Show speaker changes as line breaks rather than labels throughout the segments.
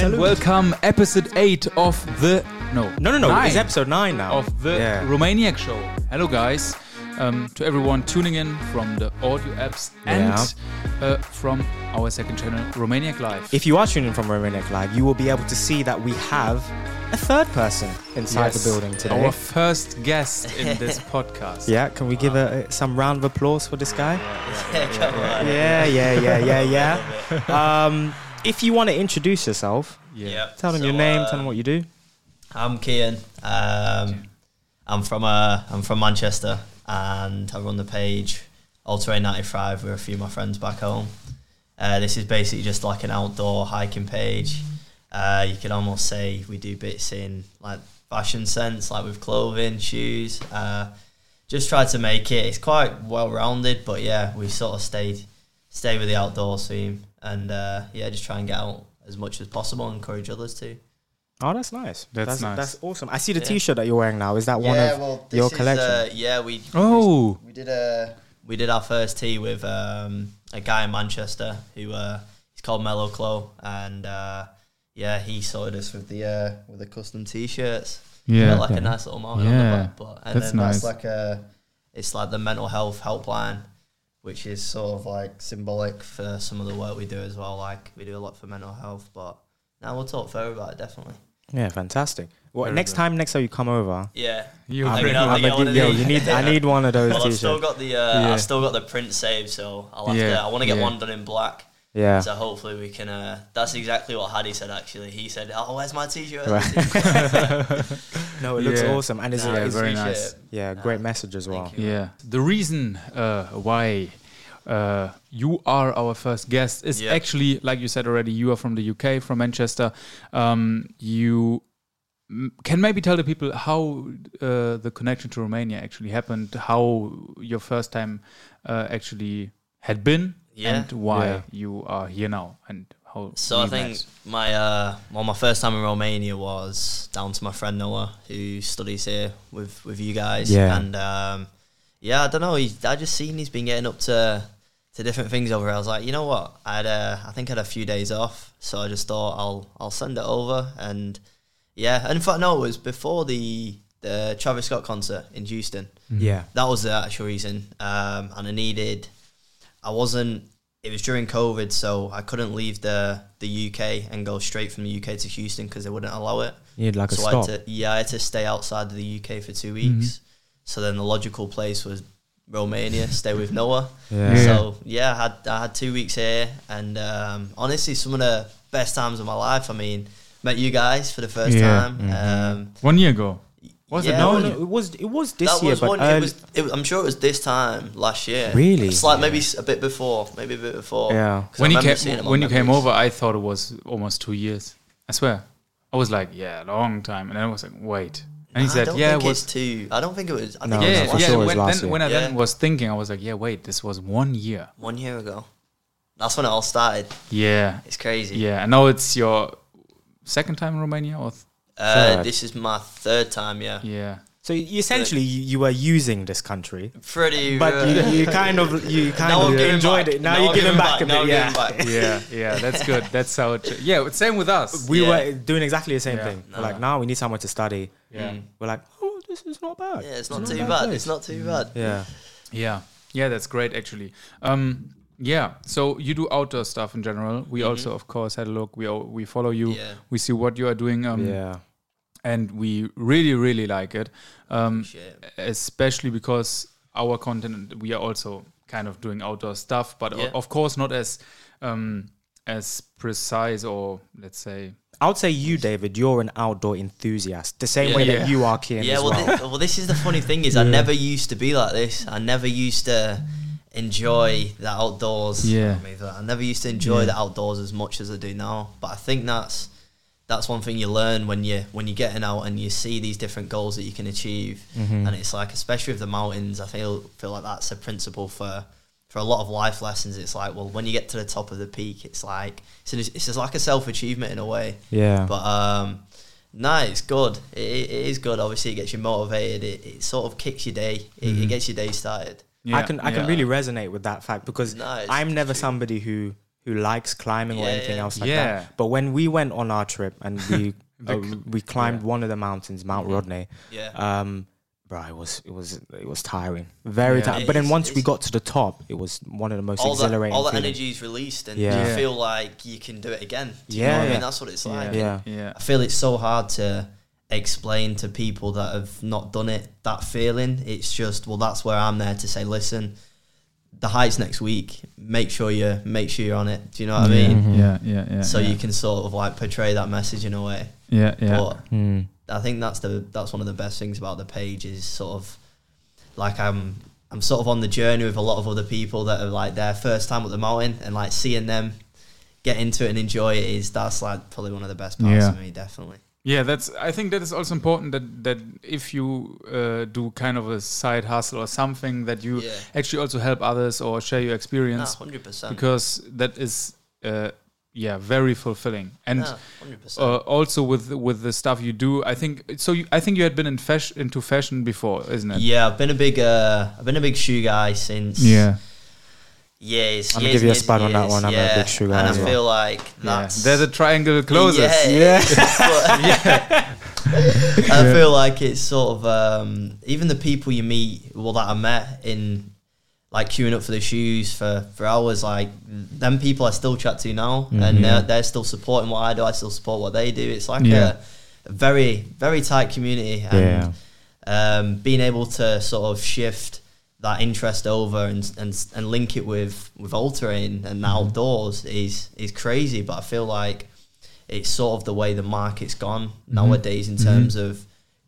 Welcome, episode 8 of the. No.
No, no, no. It's
nine
episode nine now.
Of the
Yeah.
Romaniac show. Hello, guys. Um, to everyone tuning in from the audio apps and uh, from our second channel, Romaniac Live.
if you are tuning in from Romaniac Live, you will be able to see that we have a third person inside
Yes.
the building today.
Oh,
Our first guest in this podcast.
yeah, can we give a, some round of applause for this guy?
Come on.
Yeah, yeah, yeah, yeah, yeah. Um, if you want to introduce yourself,
Yeah.
Yep.
tell them
So,
your name,
uh,
tell them what you do.
I'm Kian. Um, I'm from uh, I'm from Manchester, and I run the page Ultra 95 with a few of my friends back home. Uh, this is basically just like an outdoor hiking page. Uh, you could almost say we do bits in like fashion sense, like with clothing, shoes. Uh, just try to make it. It's quite well rounded, but yeah, we sort of stayed stay with the outdoor theme, and uh, yeah, just try and get out as much as possible and encourage others to.
Oh, that's nice.
That's nice.
That's awesome. I see the
Yeah.
T-shirt that you're wearing now. Is that one of
this
your
is,
collection?
Uh, yeah, we
Oh.
we did a we did our first tea with um, a guy in Manchester who uh, he's called Mellow Clo, and uh, yeah, he sorted us with the uh, with the custom T-shirts.
Yeah.
Got, like
Okay.
a nice little mark on
Yeah.
the back, but and
That's
then
nice.
that's like a it's like the mental health helpline, which is sort of like symbolic for some of the work we do as well. Like we do a lot for mental health, but now we'll talk further about it definitely.
yeah, fantastic. Well,
Very
next
good.
time, next time you come over,
Yeah,
You
I
bring
mean, I'll
I'm
get
a-
one of
yo,
these.
you need, I need one of those
Well, I've
T-shirts.
still got the uh,
Yeah.
I've still got the print saved, so I'll have
Yeah,
to. I want to get
yeah.
one done in black,
yeah.
so hopefully we can. Uh, that's exactly what Hadi said. Actually, he said, "Oh, where's my t-shirt?"
No, it looks
Yeah.
awesome, and it's,
Yeah,
yeah, it's
very
Appreciate
nice.
it.
yeah, great message as well.
Yeah. The reason uh, why uh, you are our first guest is
Yeah.
actually, like you said already, you are from the UK, from Manchester. Um, you m- can maybe tell the people how uh, the connection to Romania actually happened, how your first time uh, actually had been,
Yeah.
and why
Yeah.
you are here now, and how.
So
we
I think
met.
my uh, well, my first time in Romania was down to my friend Noah, who studies here with with you guys.
Yeah.
and um, yeah, I don't know. He's, I just seen he's been getting up to to different things over. here. I was like, you know what? I had uh, I think I had a few days off, so I just thought I'll I'll send it over and yeah. And in fact, no, it was before the the Travis Scott concert in Houston
Mm-hmm.
Yeah,
that was the actual reason. Um, and I needed, I wasn't. It was during COVID, so I couldn't leave the the UK and go straight from the UK to Houston because they wouldn't allow it.
you need like a
so
stop. Mm-hmm.
I had to, yeah, I had to stay outside of the UK for two weeks. So then the logical place was Romania. stay with Noah.
Yeah.
Yeah.
So yeah, I had I had two weeks here, and um, honestly, some of the best times of my life. I mean, met you guys for the first
Yeah.
time. Um,
One year ago. Was it
yeah,
no?
no, no, it was it was this
that
year,
was
but
one.
early-
It was, it was. I'm sure it was this time last year.
Really?
It's like maybe s- a bit before. Maybe a bit before.
Yeah.
'Cause I
when you
remember seeing it
came
on
when you came
memories.
over, I thought it was almost two years. I swear, I was like, yeah, a long time, and then I was like, wait, and he
I
said,
don't
yeah, it
think
was.
it's two. I don't think it was. I
No,
think
no,
it
yeah,
was
for
last
yeah.
sure it was
when,
last
then,
year.
when I then
Yeah.
was thinking, I was like, yeah, wait, this was one year.
one year ago. That's when it all started.
Yeah,
It's crazy.
yeah. And now it's your second time in Romania, or th-
Uh,
Third.
this is my third time. Yeah.
yeah,
so you, essentially you, you were using this country,
Pretty.
but
uh,
you, you kind of you kind
now I'm
of
giving
enjoyed
back.
it. Now, you're
I'm
giving back,
Now
a
I'm
bit. Yeah,
giving back.
yeah, yeah. That's good. That's how. It, yeah, it's same with us.
we
Yeah.
were doing exactly the same
Yeah.
thing. We're like now we need somewhere to study.
yeah,
Mm.
We're like, oh, this is not bad.
Yeah, it's not too bad. It's not too bad.
Yeah,
yeah, yeah. That's great, actually. Um, yeah. So you do outdoor stuff in general. We also, of course, had a look. We all, we follow you.
Mm-hmm. Yeah.
We see what you are doing. Um,
yeah,
and we really really like it um,
Shit.
especially because our content we are also kind of doing outdoor stuff but o-
Yeah.
of course not as um, as precise or let's say
I would say you, David, you're an outdoor enthusiast, the same way
Yeah.
that you are, Kian.
Yeah,
as
well,
well.
thi- well, this is the funny thing is I never used to be like this. I never used to enjoy the outdoors.
Yeah.
I, mean, I never used to enjoy the outdoors as much as I do now. But I think that's that's one thing you learn when you when you're getting out and you see these different goals that you can achieve.
Mm-hmm.
And it's like, especially with the mountains, I feel feel like that's a principle for for a lot of life lessons. It's like, well, when you get to the top of the peak, it's like it's just, it's just like a self achievement in a way.
Yeah.
But um, no, it's good. It, it it is good. Obviously, it gets you motivated. It, it sort of kicks your day. It,
Mm-hmm.
it gets your day started.
yeah,
I can I
yeah.
can really resonate with that fact because
No, it's
I'm never somebody who who likes climbing or
Yeah,
anything
yeah.
else like
Yeah.
that. But when we went on our trip and we
The
uh,
cl-
we climbed
yeah.
one of the mountains, Mount Rodney,
Yeah.
um, bro, it was it was it was tiring, very
Yeah.
tiring.
It
But then
is-
once we
it's-
got to the top, it was one of the most
all that
exhilarating.
all that
feelings.
energy is released, and
Yeah.
you
Yeah.
feel like you can do it again. Do you
Yeah,
know what I
yeah.
mean? That's what it's like.
Yeah.
yeah.
I feel it's so hard to explain to people that have not done it that feeling. It's just well, that's where I'm there to say, listen, the heights next week. Make sure you make sure you're on it. Do you know what I
Mm-hmm.
mean?
yeah, yeah, yeah.
So
yeah.
you can sort of like portray that message in a way.
yeah, yeah,
But
Mm.
I think that's the that's one of the best things about the page is sort of like I'm I'm sort of on the journey with a lot of other people that are like their first time up the mountain and like seeing them get into it and enjoy it is that's like probably one of the best parts
Yeah.
for me definitely.
yeah. That's. I think that is also important that that if you uh, do kind of a side hustle or something that you
Yeah.
actually also help others or share your experience
hundred percent.
because that is, uh, yeah, very fulfilling and.
hundred percent.
Uh, also with with the stuff you do, I think so. You, I think you had been in fashion into fashion before, isn't it?
Yeah, I've been a big uh, I've been a big shoe guy since years.
I'm gonna
years,
give you a
years,
spot on that
years,
one. I'm a
yeah.
big shoe guy
and
as
I
well.
feel like that's
There's a triangle closes.
Yeah. But- I feel like it's sort of um, even the people you meet, well, that I met in like queuing up for the shoes for, for hours, like them people I still chat to now, and they're, they're still supporting what I do. I still support what they do. It's like
Yeah.
a, a very very tight community, and um, being able to sort of shift that interest over and and, and link it with with altering and outdoors is is crazy. But I feel like it's sort of the way the market's gone nowadays in terms of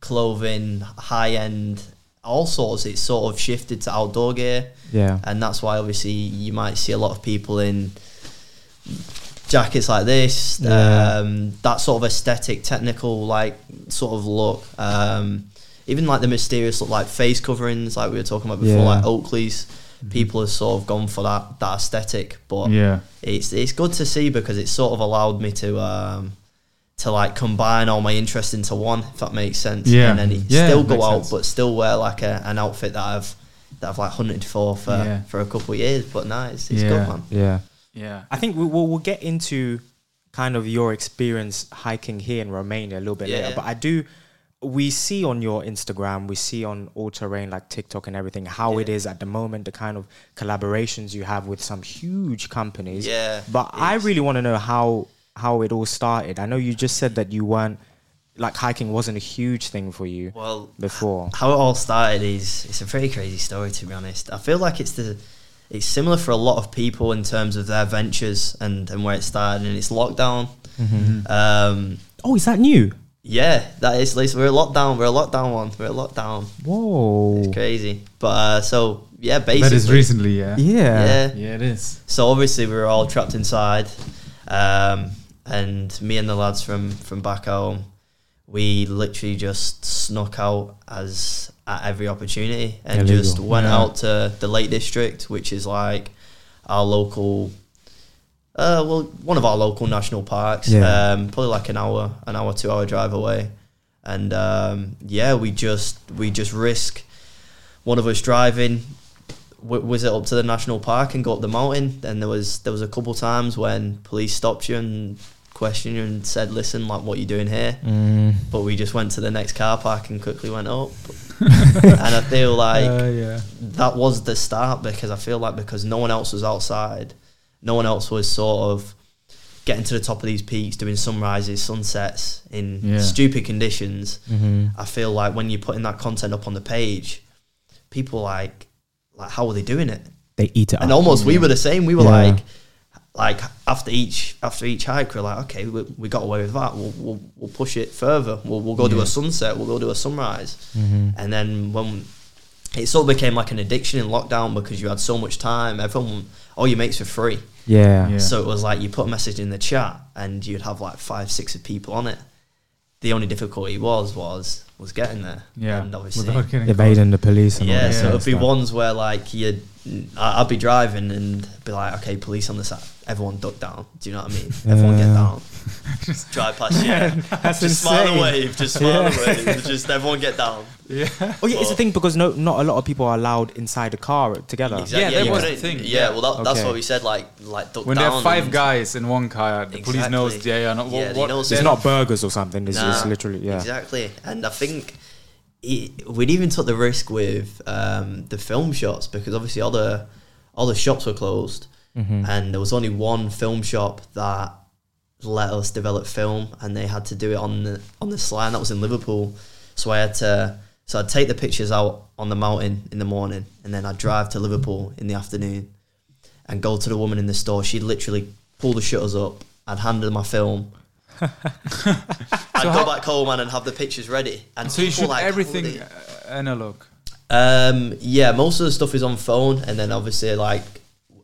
clothing, high end, all sorts. It's sort of shifted to outdoor gear,
Yeah.
and that's why obviously you might see a lot of people in jackets like this,
Yeah.
um, that sort of aesthetic, technical, like sort of look. Um, even like the mysterious look, like face coverings, like we were talking about before,
Yeah.
like Oakley's. People have sort of gone for that that aesthetic, but
Mm-hmm. yeah,
it's it's good to see because it sort of allowed me to um to like combine all my interests into one if that makes sense
Yeah.
and then it
Yeah,
still go
makes
out
sense.
but still wear like a, an outfit that I've that I've like hunted for for,
Yeah.
for a couple of years but no it's, it's
Yeah.
good man
Yeah.
yeah.
I think we, we'll, we'll get into kind of your experience hiking here in Romania a little bit
Yeah,
later.
yeah.
But I do, we see on your Instagram, we see on all terrain like TikTok and everything, how it is at the moment, the kind of collaborations you have with some huge companies.
Yeah,
But I
it's-
really want to know how how it all started. I know you just said that you weren't like hiking wasn't a huge thing for you
well
before.
how it all started is it's a pretty crazy story to be honest I feel like it's the it's similar for a lot of people in terms of their ventures and and where it started and it's lockdown
Mm-hmm.
um
Oh, is that new?
yeah that is Lisa, we're a lockdown we're a lockdown one we're a lockdown
Whoa.
It's crazy. But uh, so yeah, basically,
That is recently, yeah.
Yeah.
Yeah.
Yeah, it is.
So obviously, we were all trapped inside, um, and me and the lads from from back home, we literally just snuck out as at every opportunity and
Illegal.
just went
Yeah.
out to the Lake District, which is like our local. Uh, well, one of our local national parks,
Yeah.
um, probably like an hour, an hour, two hour drive away, and um, yeah, we just we just risk one of us driving w- was it up to the national park and go up the mountain and there was there was a couple times when police stopped you and questioned you and said listen like what are you doing here
Mm.
but we just went to the next car park and quickly went up and i feel like
yeah.
that was the start because I feel like because no one else was outside, no one else was sort of getting to the top of these peaks, doing sunrises, sunsets in
Yeah.
stupid conditions. I feel like when you're putting that content up on the page, people like like how are they doing it?
They eat it
and
up.
almost we were the same. We were
Yeah.
like, like after each after each hike, we're like, okay, we, we got away with that. We'll, we'll, we'll push it further. We'll, we'll go do
Yeah.
a sunset. We'll go do a sunrise. And then when it sort of became like an addiction in lockdown because you had so much time. Everyone, all your mates were free,
Yeah.
Yeah.
so it was like you put a message in the chat and you'd have like five, six people on it. The only difficulty was was was getting there.
Yeah.
and obviously
Without getting
Evading the police and all
yeah,
that
so
kind
it
of
would be
stuff.
ones where like you'd I- I'd be driving and be like, okay, police on the side, everyone duck down. Do you know what I mean? Everyone get
Yeah.
down. just drive past you.
That's
Just smile and
insane.
wave. Just smile and
Yeah.
wave. Just everyone get down.
yeah.
Oh yeah, it's
Well-
the thing because no, not a lot of people are allowed inside the car together.
Exactly.
Uh, Yeah, that
you
was
couldn't-
the thing,
Yeah,
yeah.
well, that, that's
Okay.
what we said. Like, like duck
When
down
there are five
and-
guys in one car, the police knows
Exactly.
they are not.
Yeah,
Yeah,
they
what,
know
they're
It's
they're
not burgers or something. It's, it's
Nah,
literally yeah.
Exactly. And I think it, we'd even took the risk with um, the film shots because obviously all the all the shops were closed,
Mm-hmm.
and there was only one film shop that let us develop film, and they had to do it on the on the sly, and that was in Liverpool. So I had to. So I'd take the pictures out on the mountain in the morning, and then I'd drive to Liverpool in the afternoon, and go to the woman in the store. She'd literally pull the shutters up. I'd hand her my film. I'd
So
go
how-
back home man, and have the pictures ready. And
So you
people
shoot
like
everything
holy-
uh, analog.
Um, yeah, most of the stuff is on phone, and then obviously like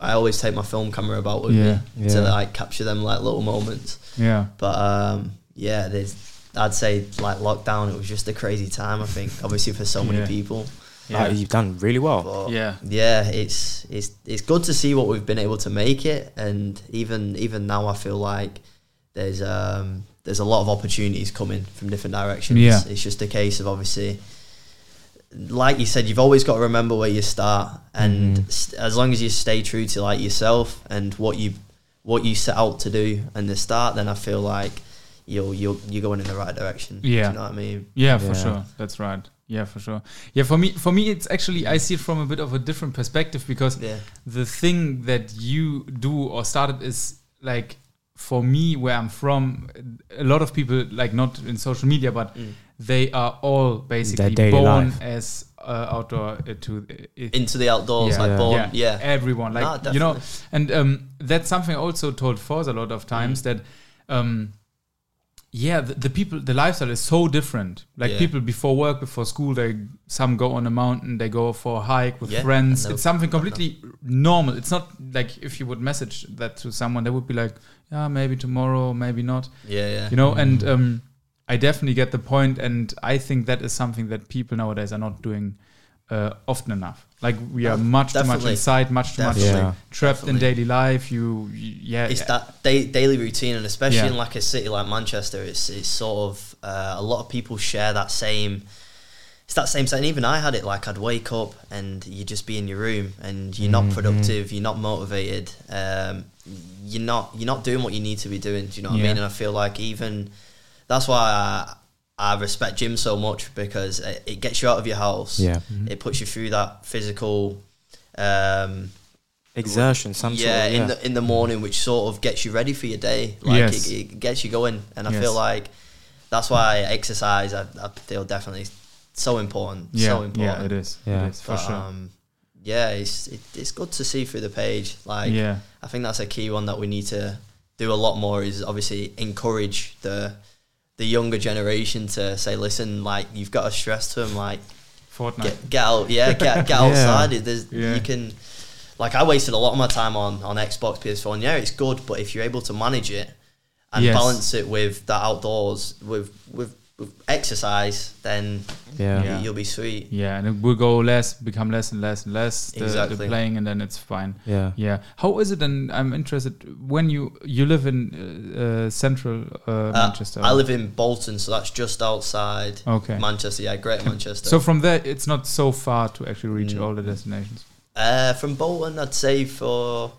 I always take my film camera about with
Yeah,
me
yeah.
to like capture them like little moments.
Yeah.
But um, yeah, there's I'd say like lockdown. It was just a crazy time. I think obviously for so many
Yeah.
people.
Like, you've done really well.
But
Yeah.
yeah, it's it's it's good to see what we've been able to make it, and even even now I feel like there's um there's a lot of opportunities coming from different directions.
Yeah.
It's just a case of obviously, like you said, you've always got to remember where you start, and
Mm-hmm.
s as long as you stay true to like yourself and what you what you set out to do and the start, then I feel like you're you're you're going in the right direction. Do
Yeah.
you know what I mean?
Yeah, for
Yeah.
sure. That's right. Yeah, for sure. Yeah, for me, for me, it's actually I see it from a bit of a different perspective because
Yeah.
the thing that you do or started is like for me where I'm from. A lot of people like not in social media, but they are all basically
Mm. daily
born
life.
as uh, outdoor uh, to uh,
Into the outdoors,
Yeah.
like
Yeah.
born, yeah.
everyone
Nah,
like you know
definitely. Mm.
and um that's something i also told Foz a lot of times that um yeah the, the people the lifestyle is so different like
Yeah.
people before work before school they some go on a mountain they go for a hike with
Yeah,
friends
I know.
it's something completely normal it's not like if you would message that to someone they would be like yeah maybe tomorrow maybe not
yeah, yeah.
you know and um, i definitely get the point and i think that is something that people nowadays are not doing uh, often enough like we are
Oh,
much too
definitely.
much inside much too much
Definitely.
Yeah.
trapped in
Definitely.
daily life you, you yeah
it's that da- daily routine, and especially
Yeah.
in like a city like Manchester, it's it's sort of uh, a lot of people share that same. It's that same thing. Even I had it. Like I'd wake up and you just be in your room, and you're
Mm-hmm.
not productive. You're not motivated. Um, you're not you're not doing what you need to be doing. Do you know what I
Yeah.
mean? And I feel like even that's why I, I respect gym so much because it, it gets you out of your house.
Yeah.
it puts you through that physical. Um,
Exertion, some
yeah,
sort. Of, yeah.
in the in the morning, which sort of gets you ready for your day. Like
Yes.
it, it gets you going, and I
Yes.
feel like that's why exercise. I, I feel definitely so important.
yeah,
so important.
yeah it is
Yeah.
it is for
But,
sure
Um, yeah, it's it, it's good to see through the page. Like
yeah
I think that's a key one that we need to do a lot more is obviously encourage the the younger generation to say, listen, like you've got to stress to them, like
fortnite
get, get out, yeah, get, get outside. There's,
Yeah.
You can, like, I wasted a lot of my time on on Xbox, PS4. And yeah, it's good, but if you're able to manage it and
Yes.
balance it with that outdoors, with with, with exercise, then
Yeah.
Yeah.
you, you'll be sweet.
yeah and it will go less become less and less and less the, the
Exactly.
playing and then it's fine
Yeah.
yeah how is it and i'm interested when you you live in uh, uh, central uh,
Uh,
manchester
I live in Bolton, so that's just outside
Okay.
Manchester. Yeah, Great Manchester. Mm.
so from there it's not so far to actually reach all the destinations
Uh, from Bolton, I'd say for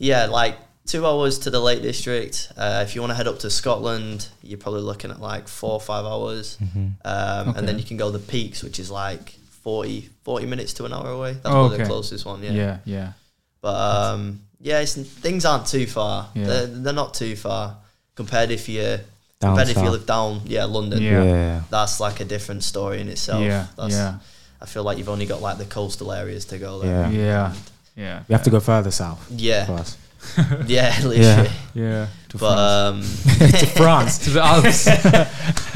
yeah, like two hours to the Lake District. Uh, if you want to head up to Scotland, you're probably looking at like four or five hours, um, and then
Mm-hmm. Okay.
you can go the peaks, which is like 40, 40 minutes to an hour away. That's
Oh,
probably the
okay.
closest one. Yeah,
yeah yeah
but um, yeah, it's, things aren't too far.
Yeah.
They're, they're not too far compared if you
Down
compared if you
south.
live down yeah London.
Yeah.
Yeah.
That's like a different story in itself.
yeah
That's,
yeah
I feel like you've only got like the coastal areas to go there.
Yeah.
yeah yeah
We have to go further south.
Yeah.
For us.
Yeah, literally.
yeah to
But
France.
um,
to France.
to the Alps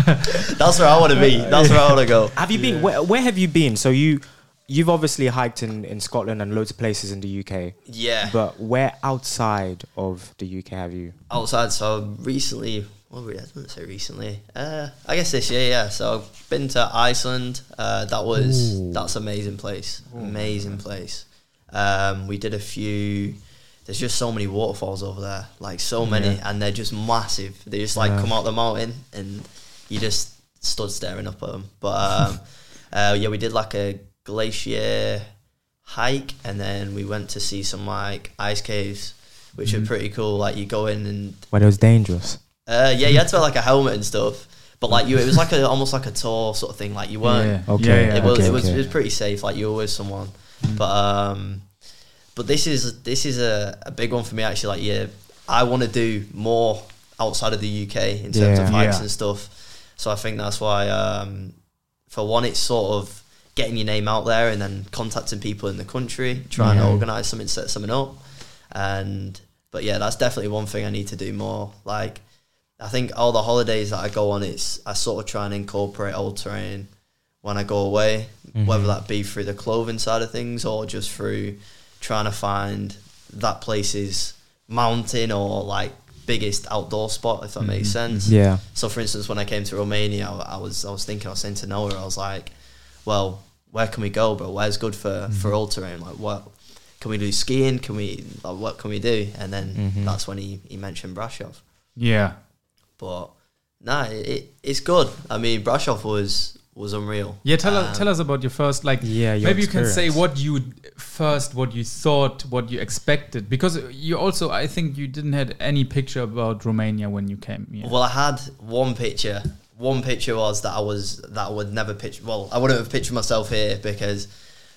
that's where I want to be. That's where I want to go.
Have you been? Where, where have you been? So you, you've obviously hiked in in Scotland and loads of places in the UK.
Yeah.
But where outside of the UK have you?
Outside, so recently, what were we, I didn't say recently. Uh, I guess this year, yeah. So I've been to Iceland. Uh, that was that's amazing place. Amazing place. Um, we did a few there's just so many waterfalls over there, like so many, and they're just massive. They just like
Yeah.
come out the mountain, and you just stood staring up at them. But um, uh, yeah, we did like a glacier hike, and then we went to see some like ice caves, which are pretty cool. Like you go in and
When it was dangerous.
uh, yeah, you had to wear like a helmet and stuff. But like you, it was like a almost like a tour sort of thing. Like you weren't
Yeah.
Okay,
Yeah,
it was
okay,
it was
okay.
it was pretty safe. Like you always someone, but um, but this is this is a, a big one for me actually. Like yeah, I want to do more outside of the UK in terms of
Yeah.
hikes
Yeah.
and stuff. So I think that's why um, for one, it's sort of getting your name out there and then contacting people in the country, trying
Yeah.
to organise something, set something up, and but yeah, that's definitely one thing I need to do more. Like I think all the holidays that I go on, it's I sort of try and incorporate old terrain when I go away,
Mm-hmm.
whether that be through the clothing side of things or just through trying to find that place's mountain or like biggest outdoor spot, if that makes sense.
Mm-hmm. Yeah.
So, for instance, when I came to Romania, I, I was I was thinking I was saying to Noah, I was like, "Well, where can we go, bro? Where's good for
Mm-hmm.
for all terrain? Like, what can we do? Skiing? Can we? Like, what can we do?" And then
Mm-hmm.
that's when he he mentioned Brashov
Yeah.
but nah, it, it, it's good. I mean, Brashov was was unreal.
Yeah, tell
Um,
us tell us about your first like.
Yeah, your
maybe you can
experience.
say what you first, what you thought, what you expected, because you also I think you didn't had any picture about Romania when you came. Yeah.
Well, I had one picture. One picture was that I was that I would never picture. Well, I wouldn't have pictured myself here because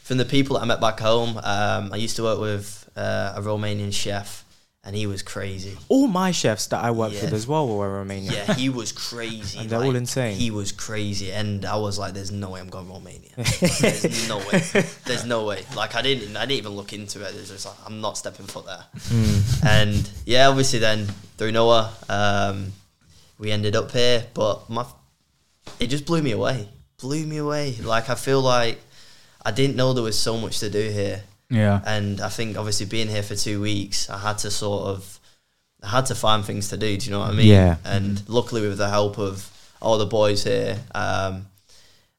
from the people that I met back home, um, I used to work with uh, a Romanian chef, and he was crazy.
All my chefs that I worked
Yeah.
with as well were Romanian.
Yeah, he was crazy.
And they're all insane.
He was crazy, and I was like, "There's no way I'm going to Romania. There's no way. There's no way." Like I didn't, I didn't even look into it. It's just like I'm not stepping foot there.
Hmm.
And yeah, obviously, then through Noah, um, we ended up here. But my, it just blew me away. Blew me away. Like I feel like I didn't know there was so much to do here.
yeah.
And I think obviously being here for two weeks, I had to sort of, I had to find things to do. Do you know what I mean?
Yeah.
And luckily, with the help of all the boys here um,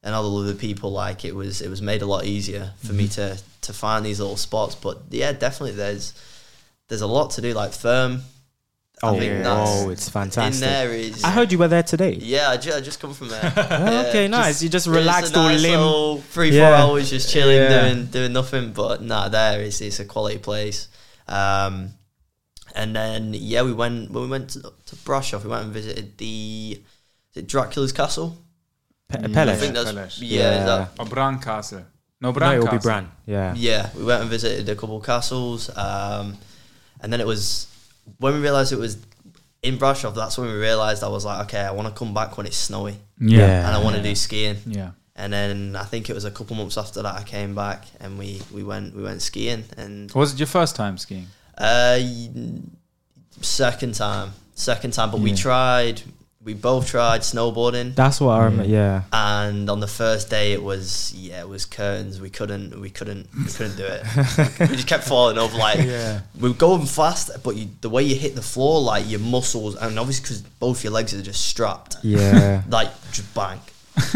and all the other people, like it was, it was made a lot easier for me
Mm-hmm.
to to find these little spots. But yeah, definitely, there's there's a lot to do. Like firm,
Oh,
think
yeah.
that's-
oh, it's fantastic.
in there is.
I heard you were there today.
yeah, I, ju- I just come from there.
Oh,
Yeah,
okay,
just-
nice. You just
it's a
relaxed or
nice
limb.
little Three, four
Yeah.
hours just chilling,
Yeah.
doing doing nothing. But nah, there it's it's a quality place. Um, and then yeah, we went when we went to, to Brashov, we went and visited the is it Dracula's castle.
Pe-
I
Pele.
think that's
Palace.
yeah, is that,
Or Bran Castle. No,
No,
Bran
it will be
Castle.
Bran. Yeah.
yeah. We went and visited a couple of castles. Um, and then it was when we realised it was in Brashov. That's when we realised I was like, okay, I want to come back when it's snowy
Yeah.
and I want to
Yeah.
do skiing.
Yeah.
And then I think it was a couple months after that I came back and we, we went we went skiing and
Was it your first time skiing?
uh, y- second time second time but we
Yeah.
tried we both tried snowboarding
That's what I remember. Yeah.
and on the first day it was yeah it was curtains we couldn't we couldn't we couldn't do it we just kept falling over like we were going fast but you, the way you hit the floor like your muscles and obviously because both your legs are just strapped
Yeah.
like just bang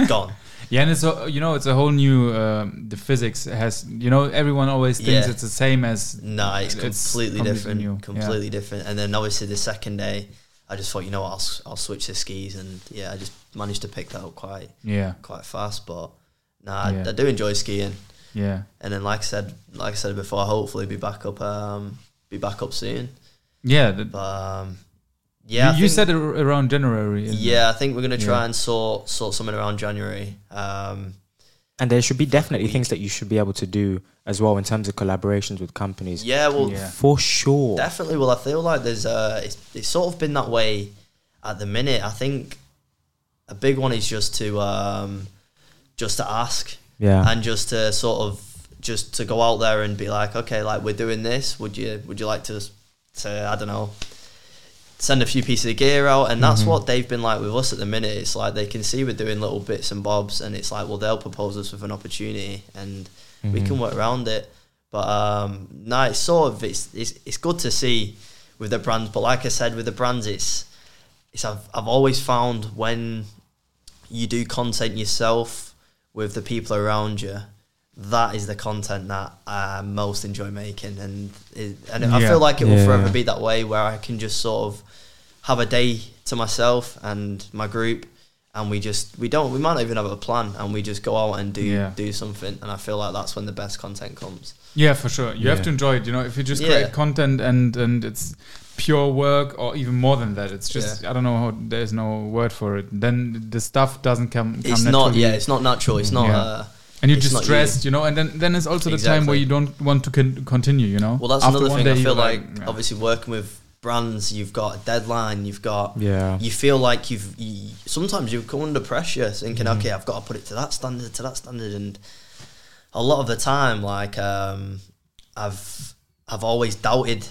gone
Yeah, and it's a, you know it's a whole new um, the physics has you know everyone always thinks
Yeah. Mm.
it's the same as
No, it's completely different.
new. Yeah.
Completely different. And then obviously the second day, I just thought, you know what, I'll, s- I'll switch the skis, and yeah, I just managed to pick that up quite
Yeah,
quite fast. But nah, I-
Yeah.
I, do enjoy skiing.
yeah,
And then, like I said, like I said before, hopefully be back up, um, be back up soon.
yeah. th-
But um, yeah,
you,
I
you
think-
said it ar- around January. isn't it?
yeah, I think we're gonna try
Yeah.
and sort sort something around January. Um,
And there should be definitely things that you should be able to do as well in terms of collaborations with companies.
yeah, well,
Yeah.
For sure.
Definitely. Well, I feel like there's uh, it's, it's sort of been that way at the minute. I think a big one is just to um, just to ask,
Yeah.
and just to sort of just to go out there and be like, okay, like we're doing this. Would you would you like to to I don't know send a few pieces of gear out
Mm-hmm.
and that's what they've been like with us at the minute it's like they can see we're doing little bits and bobs and it's like well they'll propose us with an opportunity and we
Mm-hmm.
can work around it but um no it's sort of it's, it's it's good to see with the brands but like i said with the brands it's it's i've, I've always found when you do content yourself with the people around you that is the content that I most enjoy making, and it, and I
Yeah.
feel like it will
Yeah,
forever
yeah.
be that way, where I can just sort of have a day to myself and my group, and we just we don't we might not even have a plan, and we just go out and do
Yeah.
do something, and I feel like that's when the best content comes.
Yeah, for sure. You have
Yeah.
to enjoy it. You know, if you just
Yeah.
create content and and it's pure work or even more than that, it's just I don't know how there's no word for it. Then the stuff doesn't come. come
It's not
naturally.
yeah, it's not natural. It's not.
Yeah.
Uh,
and you're
it's
just
not you.
stressed, you. know. And then then it's also the time where
Exactly.
you don't want to con- continue. You know.
well, that's
After
another
one
thing. I
day,
feel
you're
like
yeah.
obviously working with brands, you've got a deadline, you've got
Yeah.
you feel like you've you, sometimes you come under pressure thinking
Mm.
okay i've got to put it to that standard to that standard and a lot of the time like um i've i've always doubted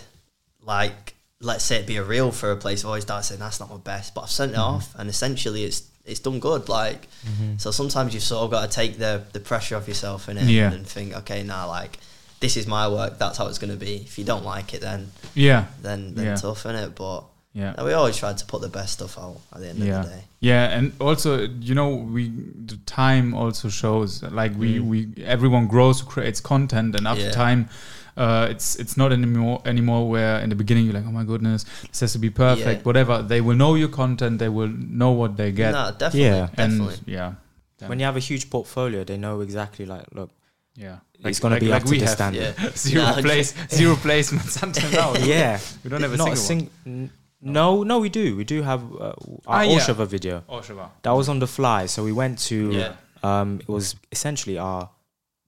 like let's say it be a reel for a place i've always doubted saying that's not my best but i've sent it
Mm-hmm.
off and essentially it's it's done good like so sometimes you've sort of got to take the the pressure off yourself in it
Yeah.
and think okay now like this is my work that's how it's going to be if you don't like it then
yeah.
then then
Yeah.
tough in it but
Yeah.
and we always tried to put the best stuff out at the end
yeah.
of the day.
Yeah, and also you know we the time also shows like we we everyone grows creates content and after
Mm. Yeah.
time uh, it's it's not anymore anymore where in the beginning you're like oh my goodness this has to be perfect
Yeah.
whatever they will know your content they will know what they get
No, definitely,
Yeah.
and
definitely.
yeah
When you have a huge portfolio, they know exactly like, look,
yeah
it's gonna be up to
we
the
have
standard.
yeah,
zero
No,
place zero placements until now
Yeah.
we don't have a
Not
single
sing- n- No, no, we do. We do have uh, our
Ah, yeah.
Orshava video.
one. Oh, Shiva.
That was on the fly. So we went to.
Yeah.
Um, it was essentially our.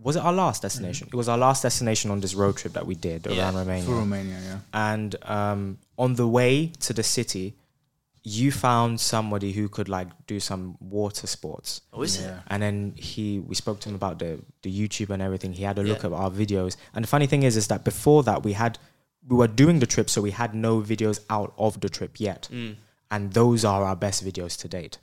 Was it our last destination? It was our last destination on this road trip that we did
Mm-hmm. Yeah,
around Romania.
for Romania yeah
And um, on the way to the city, you found somebody who could like do some water sports.
Oh, is it?
yeah
And then he, we spoke to him about the the YouTube and everything. He had a look
Yeah.
at our videos. And the funny thing is, is that before that we had, we were doing the trip, so we had no videos out of the trip yet. And those are our best videos to date.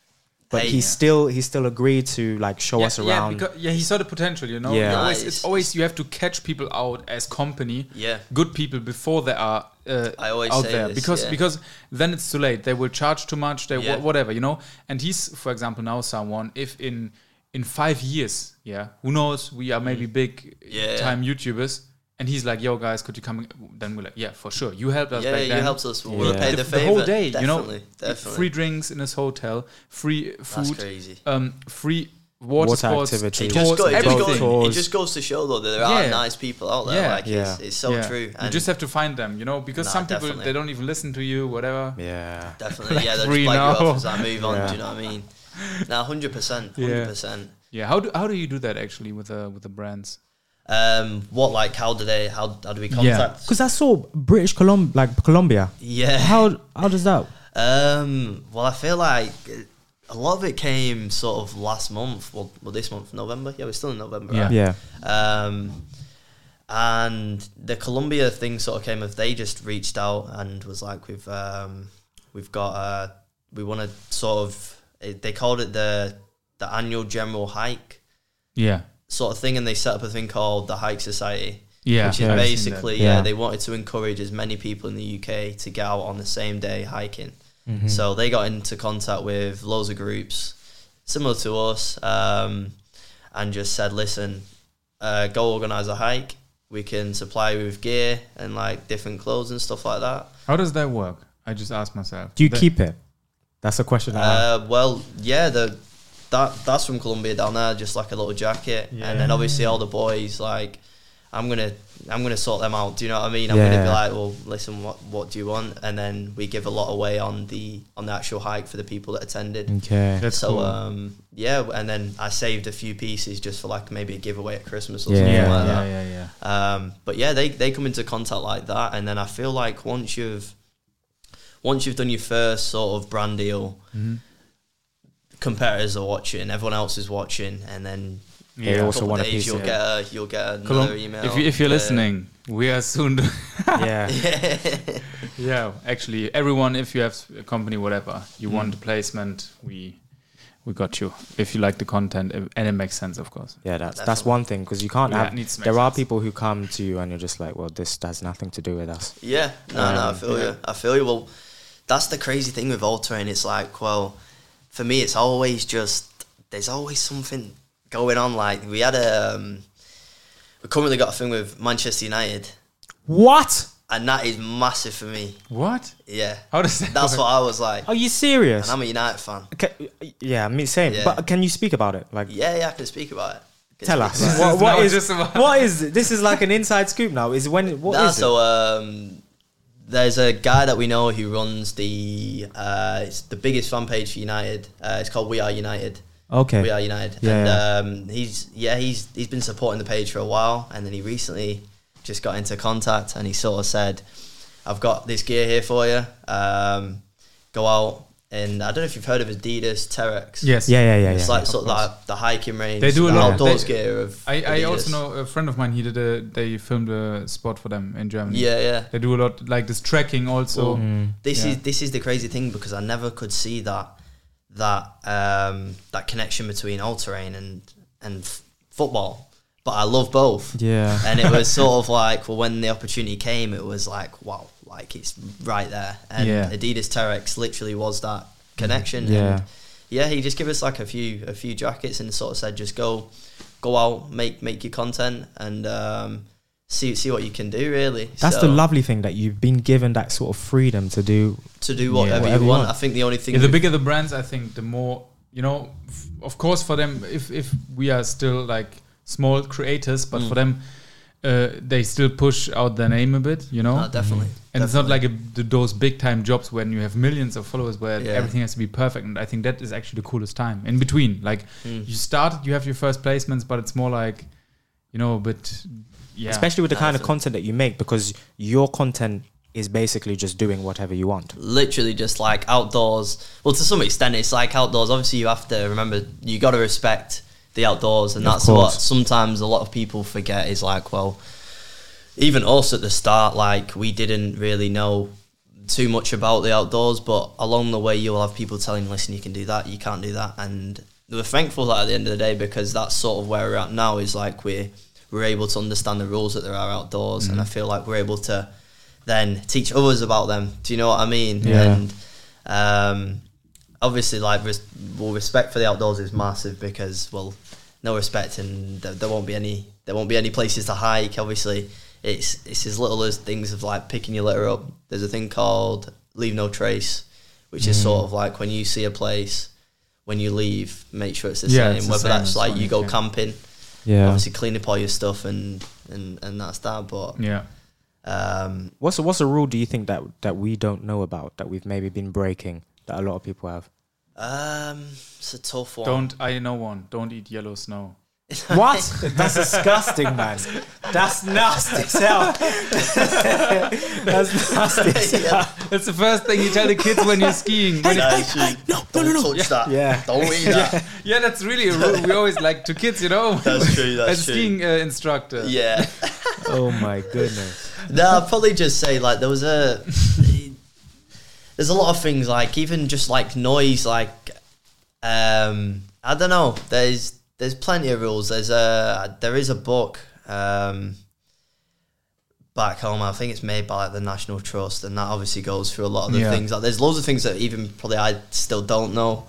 But
Hey.
he still, he still agreed to like show us around.
Yeah, because, yeah, he saw the potential, you know.
Yeah.
You always,
Nice.
it's always you have to catch people out as company.
Yeah.
Good people before they are uh,
I always
out
say
there
this,
because
yeah.
because then it's too late. They will charge too much. They
Yeah.
wha- whatever, you know. And he's, for example, now someone if in in five years, yeah, who knows? We are maybe big
Mm. Yeah.
time YouTubers. And he's like, "Yo, guys, could you come?" Then we're like, "Yeah, for sure. You helped us
Yeah,
back
you
then.
helped us. We'll
Yeah.
pay
The,
the,
the
favor.
whole day,
definitely,
you know,
definitely.
free drinks in his hotel, free food,
crazy.
um, free water,
Water
sports,
activities.
it
It
just,
tours,
go, it, just
everything.
goes-
goes, it
Tours.
just goes to show though that there are
Yeah.
nice people out there.
Yeah.
Like It's,
Yeah.
it's so
Yeah.
true.
You
And
just have to find them, you know, because
Nah,
some people
definitely.
they don't even listen to you, whatever.
yeah.
definitely, yeah, they'll
free
just like you
now.
off as I move on.
Yeah.
Do you know what I mean? Now, hundred percent,
Yeah.
hundred percent.
Yeah. How do how do you do that actually with the with the brands?
Um, what like? How do they? How, how do we contact?
Because I saw British Columbia, like Colombia.
Yeah.
How how does that?
Um, well, I feel like a lot of it came sort of last month. Well, well this month, November. Yeah, we're still in November.
Yeah.
right?
Yeah.
Um, and the Columbia thing sort of came of they just reached out and was like, we've um, we've got uh, we want to sort of eh, they called it the the annual general hike
Yeah.
sort of thing, and they set up a thing called the Hike Society.
Yeah.
Which is
Yeah.
basically,
Yeah.
yeah. they wanted to encourage as many people in the UK to get out on the same day hiking.
Mm-hmm.
So they got into contact with loads of groups similar to us um, and just said, listen, uh, go organize a hike. We can supply you with gear and like different clothes and stuff like that.
How does that work? I just asked myself.
Do you
That-
keep it? That's a question. I
Uh, well, yeah, the that that's from Colombia down there, just like a little jacket, and then obviously all the boys like, I'm gonna I'm gonna sort them out. Do you know what I mean? I'm gonna be
Yeah.
like, well, listen, what what do you want? And then we give a lot away on the on the actual hike for the people that attended.
have. Okay.
That's
so
cool.
um yeah, and then I saved a few pieces just for like maybe a giveaway at Christmas or
Yeah.
something
yeah,
like
yeah,
that.
yeah, yeah.
Um, but yeah, they, they come into contact like that, and then I feel like once you've once you've done your first sort of brand deal, competitors are watching, everyone else is watching, and then
They
Yeah.
a
also
couple
want a
days
piece
you'll
of it.
get a, you'll get another
Colum-
email.
if you if you're
Yeah.
listening, we are soon. do-
yeah.
yeah, actually, everyone, if you have a company, whatever you want a placement, we we got you. If you like the content, uh, and it makes sense, of course.
Yeah, that's that's,
Definitely.
one thing because you can't
Yeah, it
have.
needs to make
there are
sense.
people who come to you and you're just like, well, this has nothing to do with us.
Yeah, no, no, I
Um,
feel you. I feel you. Well, that's the crazy thing with altering. It's like, well, for me, it's always just there's always something going on. Like we had a um, We currently got a thing with Manchester United,
What?
and that is massive for me.
What?
Yeah,
Oh,
How does that?
that's
work?
what I was like,
Are you serious?
and I'm a United fan.
Ca- yeah, me same.
Yeah.
But can you speak about it? Like,
Yeah, yeah, I can speak about it. I can
tell
speak
us
about it.
Now
what, what
it's
is
just about-
what is this? Is like an inside scoop now. Is when what is
Nah,
it?
so um, there's a guy that we know who runs the uh, it's the biggest fan page for United. Uh, it's called We Are United.
Okay.
We Are United.
Yeah,
and
yeah.
Um, he's yeah he's he's been supporting the page for a while, and then he recently just got into contact, and he sort of said, "I've got this gear here for you. Um, go out." And I don't know if you've heard of Adidas Terex.
Yes.
yeah, yeah, yeah, yeah.
It's like sort of
course.
like the hiking range.
They do a
the
lot of-
outdoors
they-
gear of.
I, I
Adidas.
also know a friend of mine. He did a. They filmed a spot for them in Germany.
Yeah, yeah.
They do a lot like this tracking also.
Mm.
This
Yeah.
is this is the crazy thing because I never could see that that um, that connection between all terrain and and f- football. But I love both.
Yeah.
And it was sort of like, well, when the opportunity came, it was like, wow, like it's right there. And
Yeah.
Adidas Terex literally was that connection.
Yeah.
And yeah, he just gave us like a few a few jackets and sort of said, just go go out, make make your content and um, see see what you can do really.
That's
So,
the lovely thing that you've been given that sort of freedom to do.
to do whatever,
Whatever
you
you
want.
want.
I think the only thing
Yeah, the
we-
bigger the brands, I think, the more you know. F- of course, for them, if if we are still like small creators, but for them, uh, they still push out their name a bit, you
Oh,
know.
No, Uh, definitely.
and it's not
Definitely.
like a, th- those big time jobs when you have millions of followers where
Yeah.
everything has to be perfect. And I think that is actually the coolest time in between. Like
Mm.
you start, you have your first placements, but it's more like, you know, but yeah,
Especially with the
No,
kind of
definitely.
content that you make, because your content is basically just doing whatever you want.
literally just like outdoors. Well, to some extent, it's like outdoors. Obviously, you have to remember you got to respect the outdoors, and
Of
that's what
course.
sometimes a lot of people forget is like, well, even us at the start, like we didn't really know too much about the outdoors, but along the way, you'll have people telling you, listen, you can do that, you can't do that, and we're thankful that at the end of the day because that's sort of where we're at now is like we're we're able to understand the rules that there are outdoors, and I feel like we're able to then teach others about them. Do you know what I mean?
Yeah.
And um, obviously, like, res- well, respect for the outdoors is massive because, well, no respect, and there, there won't be any there won't be any places to hike. Obviously, it's it's as little as things of like picking your litter up. There's a thing called leave no trace, which
Mm.
is sort of like when you see a place, when you leave, make sure it's the
Yeah,
same.
it's the
Whether
same,
that's
it's
like
fine,
you go
yeah.
camping,
Yeah.
obviously clean up all your stuff and and and that's that. But
yeah.
um,
What's what's a rule do you think that that we don't know about that we've maybe been breaking that a lot of people have?
um, it's a tough one.
Don't I know one? Don't eat yellow snow.
What? That's disgusting, man. That's nasty as hell. That's nasty. as hell.
Yeah.
That's the first thing you tell the kids when you're skiing. When you-
No, no, no, no, Touch that.
Yeah.
Don't eat that.
yeah, that's really a rule we always like to kids, you know.
That's true.
As
That's true.
skiing uh, instructor.
Yeah.
Oh my goodness.
No, I'd probably just say like there was a. There's a lot of things like even just like noise, like um, I don't know. There's there's plenty of rules. There's a there is a book um, back home. I think it's made by like, the National Trust, and that obviously goes through a lot of the
Yeah.
things. Like there's loads of things that even probably I still don't know.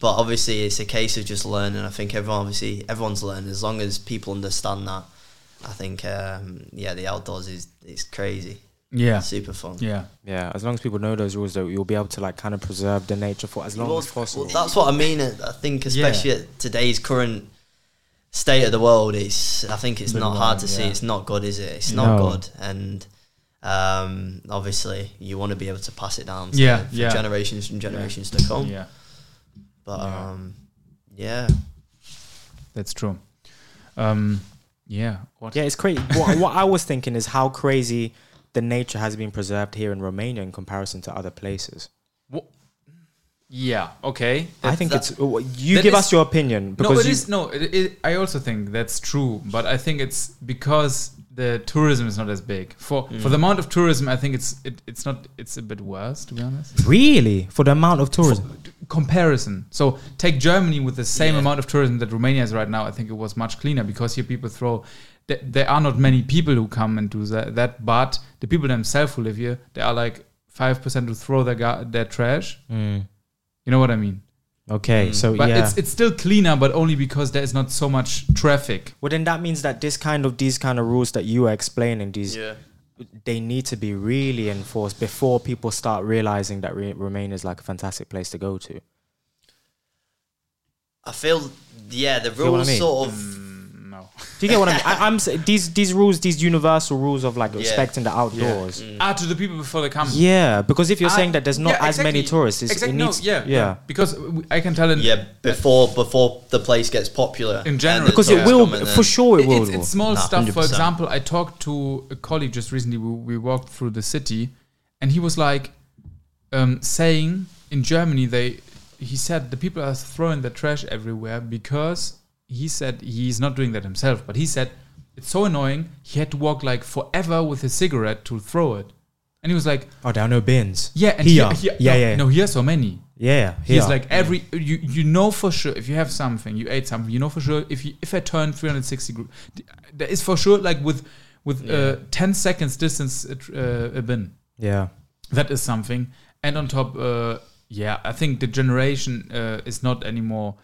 But obviously, it's a case of just learning. I think everyone obviously everyone's learning as long as people understand that. I think um, yeah, the outdoors is it's crazy,
Yeah.
super fun.
Yeah.
Yeah, as long as people know those rules, though, you'll be able to like kind of preserve the nature for as long
Well,
as possible.
well, that's what I mean. I think, especially at today's current state of the world, it's. I think it's
Been
not hard
wrong,
to see.
yeah.
It's not good, is it? It's not
No.
good, and um, obviously, you want to be able to pass it down. To
Yeah,
for
yeah.
generations and generations to come.
Yeah.
But
Yeah.
um, yeah,
That's true. Um, yeah. What?
yeah, it's crazy. what, what I was thinking is how crazy the nature has been preserved here in Romania in comparison to other places.
Yeah. Okay.
I think
that-
it's uh, you
that
give
is-
us your opinion
no.
because
It
you,
is no. It, it, I also think that's true, but I think it's because the tourism is not as big. For for
Mm.
the amount of tourism, I think it's it, it's not. It's a bit worse, to be honest.
really for the amount of tourism.
Comparison. So take Germany with the same
Yeah.
amount of tourism that Romania is right now. I think it was much cleaner because here people throw. th- There are not many people who come and do that, that but the people themselves who live here, they are like five percent who throw their ga- their trash. You know what I mean?
Okay,
Mm.
so
But
Mm. Oh, yeah.
it's it's still cleaner, but only because there is not so much traffic.
well, then that means that this kind of these kind of rules that you are explaining, these
Yeah.
they need to be really enforced before people start realizing that re- Remain is like a fantastic place to go to.
I feel, yeah, the
know what I
rules
mean?
sort of.
Mm, no.
Do you get what I mean? I, I'm s- these these rules, these universal rules of like respecting the outdoors. Yeah.
Ah, to the people before they come.
because if Mm. you're
I-
saying that there's not
yeah,
as many
exactly.
tourists, it's,
Exact-
it
no,
needs
yeah,
yeah.
Because w- I can tell in
Yeah, before before the place gets popular.
In general.
Because it
Yeah.
will for sure it
It-
will.
It's, it's small
Nah,
stuff. For
100%.
example, I talked to a colleague just recently. We, we walked through the city, and he was like um, saying in Germany they he said the people are throwing their trash everywhere because he said he's not doing that himself, but he said it's so annoying. He had to walk like forever with his cigarette to throw it, and he was like,
oh, there are no bins.
"Yeah, and
here,
here- here-
yeah,
no,
yeah,
no, here are so many."
yeah,
He's
here.
like every you you know for sure if you have something you ate something you know for sure if you if I turn 360 group there is for sure like with with uh, 10 seconds distance a tr- uh, a bin
yeah.
that is something and on top uh, yeah I think the generation uh, is not anymore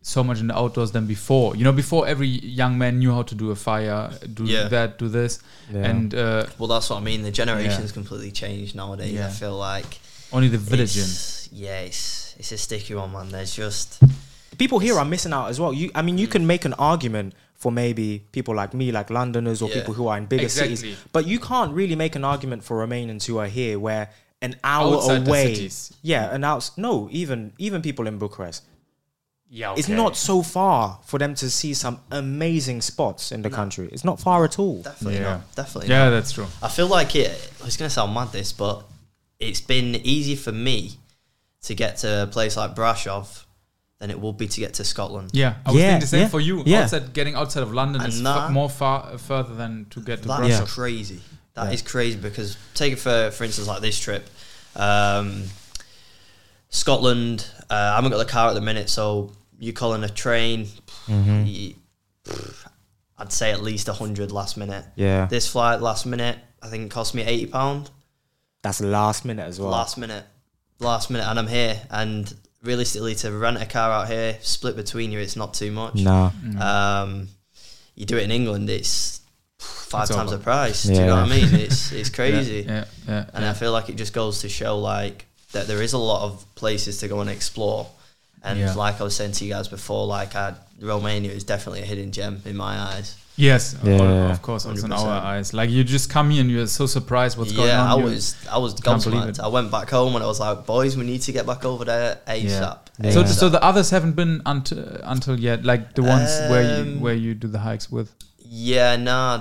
so much in the outdoors than before you know before every young man knew how to do a fire do
Yeah.
that do this
Yeah.
and uh,
Well, that's what I mean. The generation's
Yeah.
completely changed nowadays.
Yeah.
I feel like
only the village in
It's, yeah, it's, it's a sticky one, man. There's just
people here are missing out as well. You, I mean,
Mm.
you can make an argument for maybe people like me, like Londoners or
Yeah.
people who are in bigger
Exactly.
cities, but you can't really make an argument for Romanians who are here, where an hour
Outside the
away,
cities.
yeah, an outs. No, even even people in Bucharest,
yeah
it's not so far for them to see some amazing spots in the country. It's not far at all.
definitely
Yeah.
not. Definitely
yeah that's true
I feel like it. It's going to sound mad, this, but it's been easy for me to get to a place like Brashov than it would be to get to Scotland.
Yeah, I was
Yeah,
thinking the same
yeah,
for you.
yeah.
Outside, getting outside of London
And
is
that-
fu- more far uh, further than to get to
That
Brussels.
is crazy. That is crazy because take it for for instance like this trip, um, Scotland. Uh, I haven't got the car at the minute, so you calling a train.
Mm-hmm.
you- pff, I'd say at least hundred last minute.
Yeah.
This flight last minute, I think it cost me eighty pound.
That's last minute as well.
last minute, last minute, and I'm here. And realistically, to rent a car out here, split between you, it's not too much.
No.
Mm.
Um, you do it in England, it's five
It's
times
over.
the price. Do you know
Yeah.
what I mean? It's it's crazy,
Yeah, yeah,
and
yeah.
I feel like it just goes to show like that there is a lot of places to go and explore. And
Yeah.
like I was saying to you guys before, like I, Romania is definitely a hidden gem in my eyes.
yes,
Yeah,
all-
yeah,
of course, also in our
100%.
eyes. Like you just come here and you're so surprised what's going
yeah,
on.
I
You-
was I was
Can't believe it.
gobsmacked. I went back home and I was like, boys, we need to get back over there ASAP.
So,
Yeah.
so the others haven't been until until yet. Like the ones where you
Um,
where you do the hikes with.
Yeah, nah,